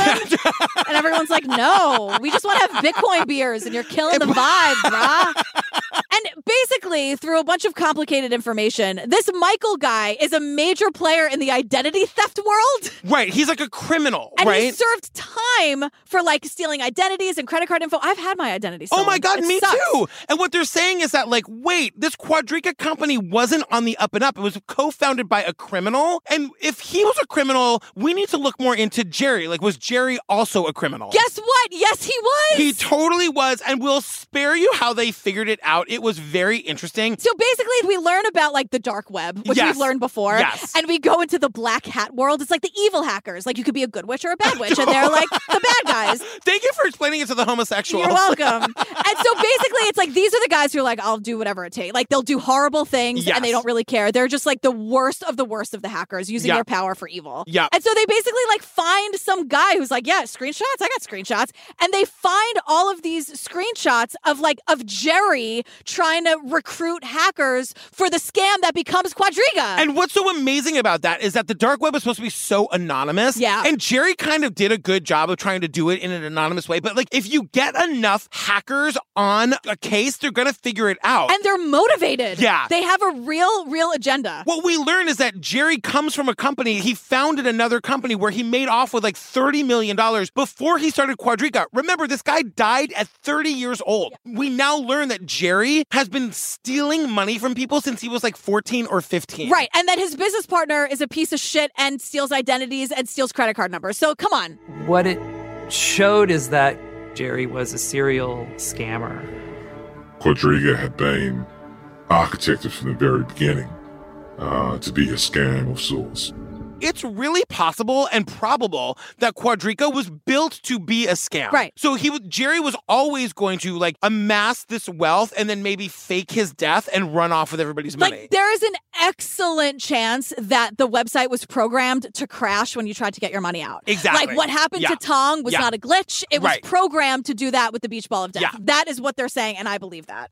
Speaker 1: and everyone's like, no, we just want to have Bitcoin beers, and you're killing the vibe, brah. And basically, through a bunch of complicated information, this Michael guy is a major player in the identity theft world.
Speaker 2: Right. He's like a criminal,
Speaker 1: And
Speaker 2: right?
Speaker 1: he served time for like stealing identities and credit card info. I've had my identity stolen.
Speaker 2: Oh my God,
Speaker 1: It
Speaker 2: me
Speaker 1: sucks.
Speaker 2: too. And what they're saying is that, like, wait, this Quadrica company wasn't on the up and up. It was co founded by a criminal. And if he was a criminal, we need to look more into Jerry. Like, was Jerry also a criminal?
Speaker 1: Guess what? Yes, he was.
Speaker 2: He totally was. And we'll spare you how they figured it out. It was very interesting.
Speaker 1: So basically, we learn about like the dark web, which
Speaker 2: Yes.
Speaker 1: we've learned before,
Speaker 2: Yes.
Speaker 1: and we go into the black hat world. It's like the evil hackers. Like you could be a good witch or
Speaker 2: (laughs)
Speaker 1: a bad witch, and they're like the bad guys.
Speaker 2: Thank you for explaining it to the homosexuals. (laughs)
Speaker 1: You're welcome. and so basically, it's like these are the guys who are like, I'll do whatever it takes. Like they'll do horrible things,
Speaker 2: Yes.
Speaker 1: and they don't really care. They're just like the worst of the worst of the hackers, using
Speaker 2: Yeah.
Speaker 1: their power for evil.
Speaker 2: Yeah.
Speaker 1: And so they basically like find some guy who's like, yeah, screenshots. I got screenshots, and they find all of these screenshots of like of Jerry trying to recruit hackers for the scam that becomes Quadriga.
Speaker 2: And what's so amazing about that is that the dark web is supposed to be so anonymous. Yeah. And Jerry kind of did a good job of trying to do it in an anonymous way. But like, if you get enough hackers on a case, they're going to figure it out.
Speaker 1: And they're motivated.
Speaker 2: Yeah.
Speaker 1: They have a real, real agenda.
Speaker 2: what we learn is that Jerry comes from a company. He founded another company where he made off with like $30 million before he started Quadrica. Remember, this guy died at 30 years old. We now learn that Jerry has been stealing money from people since he was like 14 or 15.
Speaker 1: Right. And that his business partner is a piece of shit and steals identities and steals credit card numbers. So come on.
Speaker 6: What it showed is that Jerry was a serial scammer.
Speaker 3: Quadriga had been architected from the very beginning uh, to be a scam of sorts.
Speaker 2: it's really possible and probable that Quadrica was built to be a scam.
Speaker 1: Right.
Speaker 2: So he was Jerry was always going to like amass this wealth and then maybe fake his death and run off with everybody's money.
Speaker 1: Like, there is an excellent chance that the website was programmed to crash when you tried to get your money out.
Speaker 2: Exactly.
Speaker 1: Like, what happened
Speaker 2: Yeah.
Speaker 1: to Tong was
Speaker 2: Yeah.
Speaker 1: not a glitch. It was
Speaker 2: Right.
Speaker 1: programmed to do that with the beach ball of death.
Speaker 2: Yeah.
Speaker 1: That is what they're saying, and I believe that.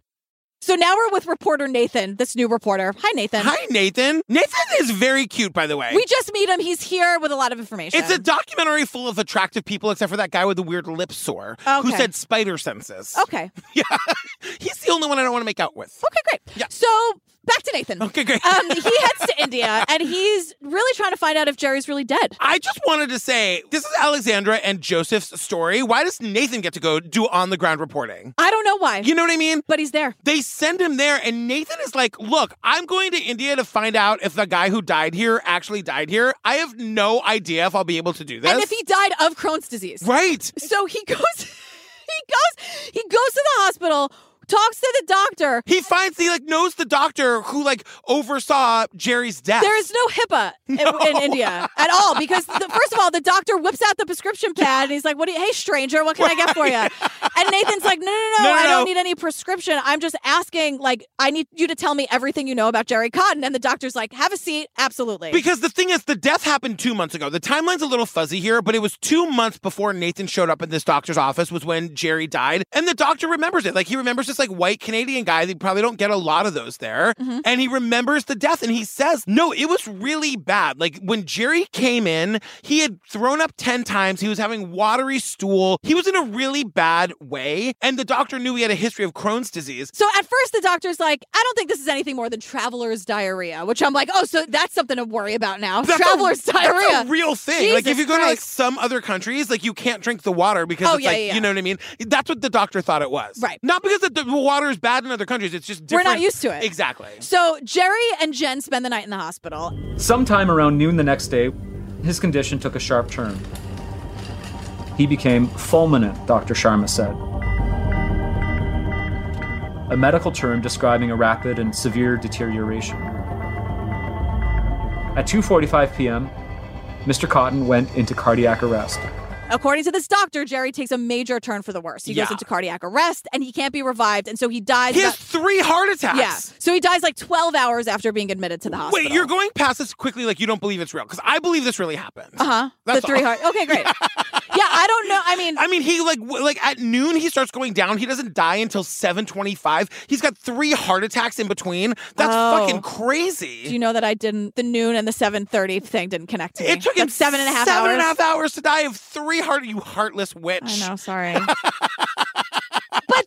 Speaker 1: So now we're with reporter Nathan, this new reporter. Hi, Nathan.
Speaker 2: Hi Nathan. Nathan is very cute by the way.
Speaker 1: We just meet him. He's here with a lot of information.
Speaker 2: it's a documentary full of attractive people except for that guy with the weird lip sore who
Speaker 1: Okay. Oh.
Speaker 2: said spider senses. (laughs)
Speaker 1: Okay.
Speaker 2: He's the only one I don't want to make out with.
Speaker 1: Okay, great. So back to Nathan.
Speaker 2: Okay, great. (laughs)
Speaker 1: Um, he heads to India and he's really trying to find out if Jerry's really dead.
Speaker 2: I just wanted to say this is Alexandra and Joseph's story. Why does Nathan get to go do on the ground reporting?
Speaker 1: I don't know why.
Speaker 2: You know what I mean?
Speaker 1: But he's there.
Speaker 2: They send him there, and Nathan is like, Look, I'm going to India to find out if the guy who died here actually died here. I have no idea if I'll be able to do this.
Speaker 1: And if he died of Crohn's disease.
Speaker 2: Right.
Speaker 1: So he goes (laughs) he goes he goes to the hospital, talks to the doctor.
Speaker 2: He finds he like knows the doctor who like oversaw Jerry's death.
Speaker 1: There is no HIPAA in, in India at all because the, first of all, the doctor whips out the prescription pad and he's like, "What? Do you, hey, stranger, what can I get for you?" And Nathan's like, "No, no,
Speaker 2: No,
Speaker 1: no,
Speaker 2: no,
Speaker 1: I
Speaker 2: no.
Speaker 1: don't need any prescription. I'm just asking. Like, I need you to tell me everything you know about Jerry Cotton." And the doctor's like, "Have a seat, absolutely."
Speaker 2: Because the thing is, the death happened two months ago. The timeline's a little fuzzy here, but it was two months before Nathan showed up in this doctor's office was when Jerry died. And the doctor remembers it. Like he remembers this like white Canadian guy. They probably don't get a lot of those there. And he remembers the death and he says, No, it was really bad. Like when Jerry came in, he had thrown up 10 times. He was having watery stool. He was in a really bad way. And the doctor knew he had a history of Crohn's disease.
Speaker 1: so at first the doctor's like, I don't think this is anything more than traveler's diarrhea, which I'm like, oh, so that's something to worry about now.
Speaker 2: That's a-
Speaker 1: traveler's diarrhea.
Speaker 2: That's a real thing. like if
Speaker 1: Jesus
Speaker 2: you go to like
Speaker 1: Christ.
Speaker 2: some other countries, like you can't drink the water because
Speaker 1: Oh,
Speaker 2: it's
Speaker 1: yeah,
Speaker 2: like
Speaker 1: yeah, yeah.
Speaker 2: you know what I mean. That's what the doctor thought it was.
Speaker 1: Right.
Speaker 2: Not because the, the the water is bad in other countries. It's just
Speaker 1: We're
Speaker 2: different.
Speaker 1: not used to it.
Speaker 2: Exactly.
Speaker 1: So Jerry and Jen spend the night in the hospital.
Speaker 8: Sometime around noon the next day, his condition took a sharp turn. He became fulminant, Dr. Sharma said. A medical term describing a rapid and severe deterioration. At 2:45 p.m., Mr. Cotton went into cardiac arrest.
Speaker 1: According to this doctor, Jerry takes a major turn for the worse. He
Speaker 8: Yeah.
Speaker 1: goes into cardiac arrest and he can't be revived, and so he dies.
Speaker 2: He has three heart attacks.
Speaker 1: Yeah. So he dies like 12 hours after being admitted to the hospital.
Speaker 2: Wait, you're going past this quickly like you don't believe it's real because I believe this really happened.
Speaker 1: Uh huh. The
Speaker 2: That's
Speaker 1: three
Speaker 2: all.
Speaker 1: heart.
Speaker 2: (laughs)
Speaker 1: Okay, great. yeah, I don't know. I mean,
Speaker 2: I mean, he like w- like at noon he starts going down. He doesn't die until seven twenty five. He's got three heart attacks in between. That's
Speaker 1: Oh.
Speaker 2: fucking crazy.
Speaker 1: Do you know that I didn't? The noon and the 7:30 thing didn't connect to me.
Speaker 2: It took him
Speaker 1: That's seven and a half
Speaker 2: seven
Speaker 1: hours.
Speaker 2: and a half hours to die of three heart. You heartless witch.
Speaker 1: I
Speaker 2: (laughs)
Speaker 1: know. Sorry. but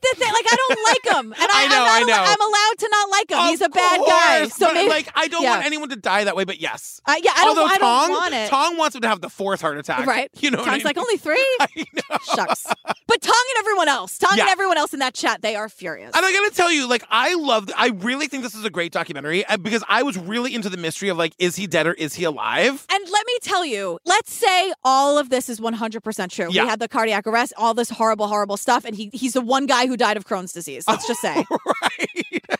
Speaker 1: the thing, like, I don't like him, and I,
Speaker 2: I know,
Speaker 1: I'm,
Speaker 2: I
Speaker 1: not al-
Speaker 2: know.
Speaker 1: I'm allowed to not like him. He's a
Speaker 2: Of
Speaker 1: bad guy.
Speaker 2: course,
Speaker 1: So
Speaker 2: but,
Speaker 1: maybe,
Speaker 2: like, I don't
Speaker 1: yeah.
Speaker 2: want anyone to die that way. But yes,
Speaker 1: I- yeah, I don't-
Speaker 2: Although
Speaker 1: I don't
Speaker 2: Tong,
Speaker 1: want it.
Speaker 2: Tong wants him to have the fourth heart attack.
Speaker 1: Right.
Speaker 2: You know. what (laughs) I
Speaker 1: Tong's
Speaker 2: mean?
Speaker 1: like, only three? Shucks. But Tong and everyone else, Tong
Speaker 2: Yeah.
Speaker 1: and everyone else in that chat, they are furious.
Speaker 2: And I gotta tell you, like, I love, I really think this is a great documentary uh, because I was really into the mystery of, like, is he dead or is he alive?
Speaker 1: And let me tell you, let's say all of this is 100% true.
Speaker 2: Yeah.
Speaker 1: He had the cardiac arrest, all this horrible, horrible stuff, and he, he's the one guy who died of Crohn's disease. Let's
Speaker 2: (laughs)
Speaker 1: just say.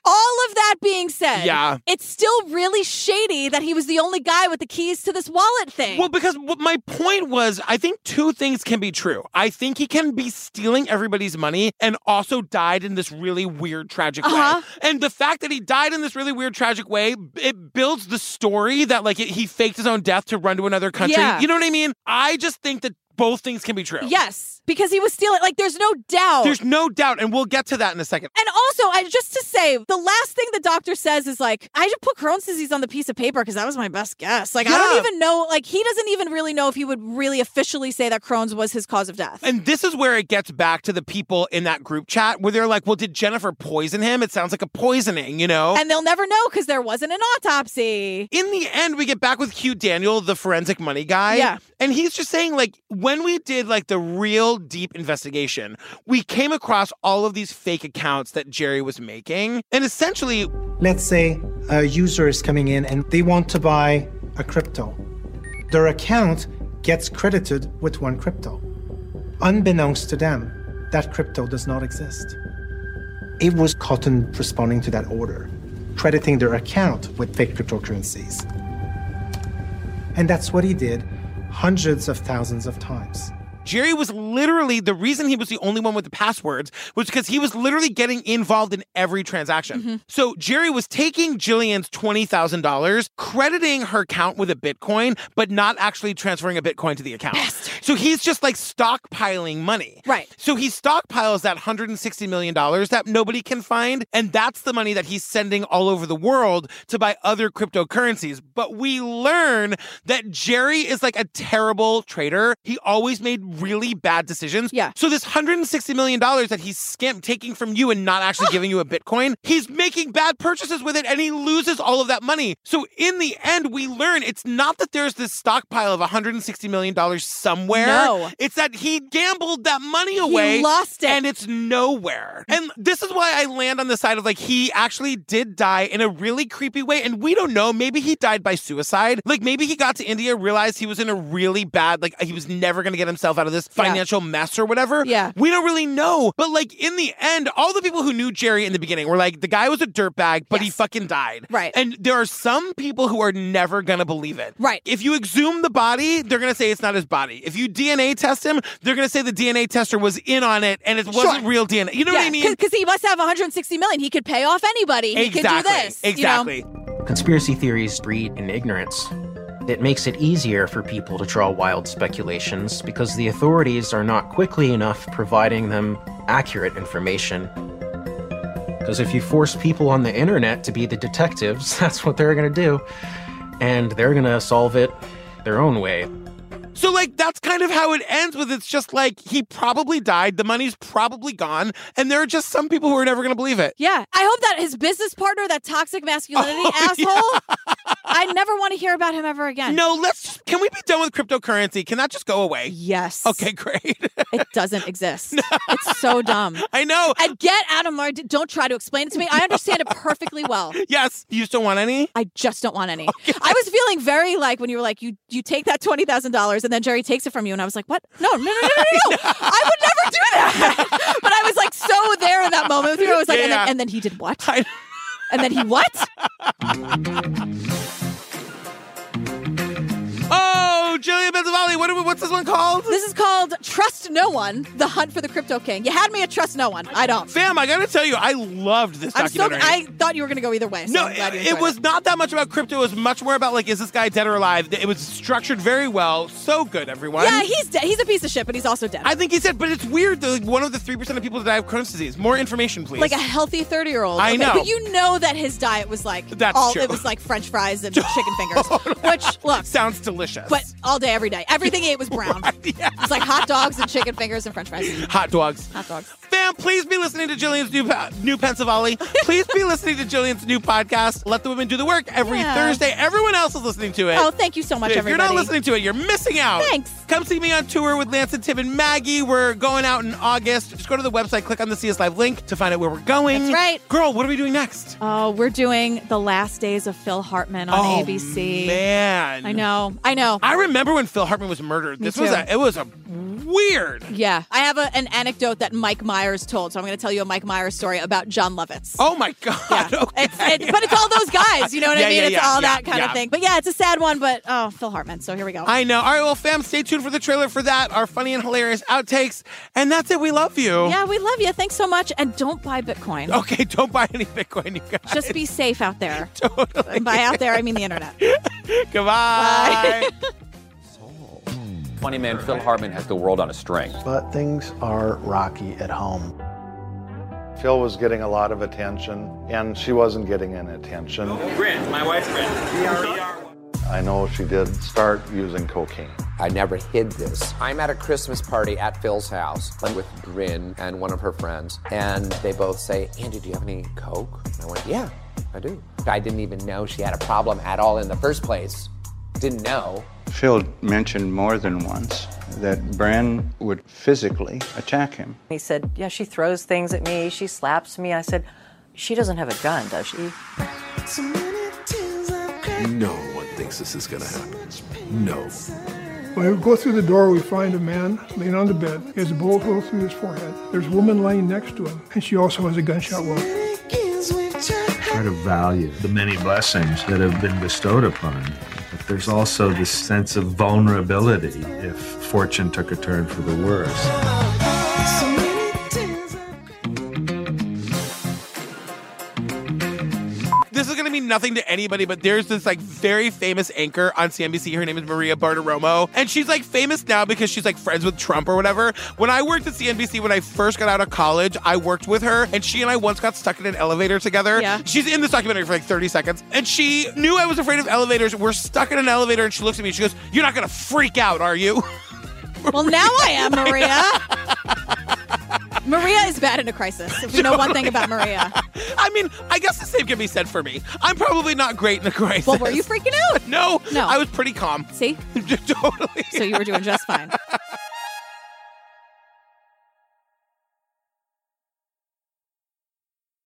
Speaker 1: All of that being said,
Speaker 2: Yeah.
Speaker 1: it's still really shady that he was the only guy with the keys to this wallet thing.
Speaker 2: Well, because what my point was, I think two things can be true. I think he can be stealing everybody's money and also died in this really weird, tragic
Speaker 1: Uh-huh.
Speaker 2: way. And the fact that he died in this really weird, tragic way, it builds the story that like it, he faked his own death to run to another country.
Speaker 1: Yeah.
Speaker 2: You know what I mean? I just think that both things can be true.
Speaker 1: Yes, because he was stealing. Like, there's no doubt.
Speaker 2: There's no doubt, and we'll get to that in a second.
Speaker 1: And also, I just to say, the last thing the doctor says is like, I should put Crohn's disease on the piece of paper because that was my best guess. Like, I don't
Speaker 2: Yeah.
Speaker 1: even know. Like, he doesn't even really know if he would really officially say that Crohn's was his cause of death.
Speaker 2: And this is where it gets back to the people in that group chat where they're like, well, did Jennifer poison him? It sounds like a poisoning, you know?
Speaker 1: And they'll never know because there wasn't an autopsy.
Speaker 2: in the end, we get back with Hugh Daniel, the forensic money guy.
Speaker 1: Yeah.
Speaker 2: And he's just saying, like, when we did like the real deep investigation, we came across all of these fake accounts that Jerry was making. And essentially,
Speaker 22: Let's say a user is coming in and they want to buy a crypto. Their account gets credited with one crypto. Unbeknownst to them, that crypto does not exist. It was Cotton responding to that order, crediting their account with fake cryptocurrencies. And that's what he did hundreds of thousands of times.
Speaker 2: Jerry was literally the reason he was the only one with the passwords was because he was literally getting involved in every transaction.
Speaker 1: Mm-hmm.
Speaker 2: So Jerry was taking Jillian's $20,000, crediting her account with a Bitcoin, but not actually transferring a Bitcoin to the account. So he's just like stockpiling money.
Speaker 1: Right.
Speaker 2: So he stockpiles that $160 million that nobody can find. And that's the money that he's sending all over the world to buy other cryptocurrencies. But we learn that Jerry is like a terrible trader. He always made really bad decisions. Yeah. So this $160 million that he's skimped taking from you and not actually giving you a Bitcoin, he's making bad purchases with it and he loses all of that money. So in the end, we learn it's not that there's this stockpile of $160 million somewhere.
Speaker 1: No.
Speaker 2: It's that he gambled that money away.
Speaker 1: lost it.
Speaker 2: And it's nowhere. And this is why I land on the side of like, he actually did die in a really creepy way. And we don't know. Maybe he died by suicide. Like, maybe he got to India, realized he was in a really bad, like, he was never going to get himself out of this
Speaker 1: Yeah.
Speaker 2: financial mess or whatever.
Speaker 1: Yeah.
Speaker 2: We don't really know. But like, in the end, all the people who knew Jerry in the beginning were like, the guy was a dirtbag, but he fucking died.
Speaker 1: Right.
Speaker 2: And there are some people who are never going to believe it.
Speaker 1: Right.
Speaker 2: If you exhume the body, they're going to say it's not his body. If you DNA test him, they're going to say the DNA tester was in on it and it wasn't real DNA. You know what I mean?
Speaker 1: Because he must have 160 million. He could pay off anybody. He could do
Speaker 4: Exactly.
Speaker 1: this. you know?
Speaker 2: Exactly.
Speaker 4: Conspiracy theories breed in ignorance. It makes it easier for people to draw wild speculations because the authorities are not quickly enough providing them accurate information. Because if you force people on the internet to be the detectives, (laughs) that's what they're going to do. And they're going to solve it their own way.
Speaker 2: So, like, that's kind of how it ends with it's just like he probably died, the money's probably gone, and there are just some people who are never going to believe it.
Speaker 1: Yeah. I hope that his business
Speaker 2: Oh, (laughs)
Speaker 1: partner, that toxic masculinity asshole, I never want to hear about him ever again.
Speaker 2: No, let's just Can we be done with cryptocurrency? Can that just go away?
Speaker 1: Yes.
Speaker 2: Okay, (laughs) great.
Speaker 1: it
Speaker 2: (laughs)
Speaker 1: doesn't exist. It's so dumb.
Speaker 2: I know.
Speaker 1: And get Adam Lar. Don't try to explain it to me. I understand it perfectly
Speaker 2: (laughs)
Speaker 1: well.
Speaker 2: Yes. You just don't want any?
Speaker 1: I just don't want any. I was feeling very like when you were like, you you take that twenty thousand dollars and then Jerry takes it from you, and I was like, what? No, no, no, no, no,
Speaker 2: (laughs)
Speaker 1: no. I would never do that. (laughs) but I was like so there in that moment with you. I was like, and,
Speaker 2: Yeah.
Speaker 1: then, and then he did what? and then he what?
Speaker 2: Oh, Julia Benzavalli, what, are we- what's this one called?
Speaker 1: This is called Trust No One: The Hunt for the Crypto King. You had me at Trust No One. I don't.
Speaker 2: Fam, I gotta tell you, I loved this
Speaker 1: I'm so.
Speaker 2: documentary.
Speaker 1: I thought you were gonna go either way. So
Speaker 2: no,
Speaker 1: I'm glad you
Speaker 2: it,
Speaker 1: enjoyed
Speaker 2: was not that much about crypto. It was much more about like, is this guy dead or alive? It was structured very well. So good, everyone.
Speaker 1: Yeah, he's dead. He's a piece of shit, but he's also dead.
Speaker 2: I think he said, but it's weird. That, like, one of the three percent of people that die of Crohn's disease. More information, please.
Speaker 1: Like a healthy thirty-year-old.
Speaker 2: I know.
Speaker 1: but you know that his diet was like
Speaker 2: That's
Speaker 1: all.
Speaker 2: true.
Speaker 1: It was like French
Speaker 2: (laughs)
Speaker 1: fries and chicken fingers, which look
Speaker 2: sounds delicious. (laughs)
Speaker 1: But all day, every day, everything he ate was brown. It's like hot dogs and chicken fingers and French fries.
Speaker 2: hot dogs.
Speaker 1: Hot dogs.
Speaker 2: Fam, please be listening to Jillian's new po- new Pensavalli. Please be listening to Jillian's new podcast. Let the women do the work every
Speaker 1: Yeah.
Speaker 2: Thursday. Everyone else is listening to it.
Speaker 1: Oh, thank you so much,
Speaker 2: if
Speaker 1: everybody.
Speaker 2: you're not listening to it, you're missing out.
Speaker 1: Thanks.
Speaker 2: Come see me on tour with Lance and Tim and Maggie. We're going out in August. Just go to the website, click on the See Us Live link to find out where we're going.
Speaker 1: That's right.
Speaker 2: Girl, what are we doing next?
Speaker 1: Oh, we're doing the last days of Phil Hartman
Speaker 2: oh,
Speaker 1: on ABC.
Speaker 2: Man.
Speaker 1: I know. I know.
Speaker 2: I remember when Phil Hartman was murdered.
Speaker 1: Me
Speaker 2: this was
Speaker 1: too.
Speaker 2: a it was a weird.
Speaker 1: Yeah, I have a, an anecdote that Mike Myers told, so I'm going to tell you a Mike Myers story about John Lovitz.
Speaker 2: Oh my god. (laughs)
Speaker 1: It's, it, but it's all those guys, you know what
Speaker 2: Yeah,
Speaker 1: I mean?
Speaker 2: yeah,
Speaker 1: it's
Speaker 2: yeah,
Speaker 1: all
Speaker 2: yeah,
Speaker 1: that kind
Speaker 2: yeah.
Speaker 1: of thing. But yeah, it's a sad one, but oh, Phil Hartman. So here we go.
Speaker 2: I know. All right, well, fam, stay tuned for the trailer for that, our funny and hilarious outtakes. And that's it. We love you.
Speaker 1: Yeah, we love you. Thanks so much. And don't buy Bitcoin.
Speaker 2: Okay, (laughs) don't buy any Bitcoin, you guys.
Speaker 1: Just be safe
Speaker 2: (laughs)
Speaker 1: out there. totally. And by out there, I mean the internet.
Speaker 2: Goodbye.
Speaker 1: (laughs)
Speaker 9: Funny man Phil Hartman has the world on a string.
Speaker 13: But things are rocky at home. Phil was getting a lot of attention, and she wasn't getting any attention.
Speaker 23: Brent, my wife Brent.
Speaker 13: I know she did start using cocaine.
Speaker 23: I never hid this. I'm at a Christmas party at Phil's house I'm with Bryn and one of her friends, and they both say, Andy, do you have any Coke? And I went, Yeah, I do. I didn't even know she had a problem at all in the first place. Didn't know.
Speaker 13: Phil mentioned more than once that Bran would physically attack him.
Speaker 24: He said, Yeah, she throws things at me, she slaps me. I said, She doesn't have a gun, does she?
Speaker 25: No one thinks this is going to happen. No.
Speaker 26: When we go through the door, we find a man laying on the bed. He has a bullet hole through his forehead. There's a woman laying next to him, and she also has a gunshot wound.
Speaker 27: try to value the many blessings that have been bestowed upon. you. But there's also this sense of vulnerability if fortune took a turn for the worse.
Speaker 2: this is going to mean nothing to anybody, but there's this like very famous anchor on CNBC. Her name is Maria Bartiromo, and she's like famous now because she's like friends with Trump or whatever. When I worked at CNBC when I first got out of college, I worked with her, and she and I once got stuck in an elevator together.
Speaker 28: Yeah.
Speaker 2: She's in this documentary for like 30 seconds, and she knew I was afraid of elevators. We're stuck in an elevator, and she looks at me. and She goes, "You're not going to freak out, are you?" (laughs)
Speaker 1: Well, now I am, Maria. (laughs) Maria is bad in a crisis. If you know one thing
Speaker 2: (laughs)
Speaker 1: about Maria.
Speaker 2: I mean, I guess the same can be said for me. I'm probably not great in a crisis.
Speaker 1: Well, were you freaking
Speaker 2: (laughs)
Speaker 1: out?
Speaker 2: No,
Speaker 1: No.
Speaker 2: I was pretty calm. (laughs)
Speaker 1: See?
Speaker 2: totally. (laughs)
Speaker 1: So you were doing just fine.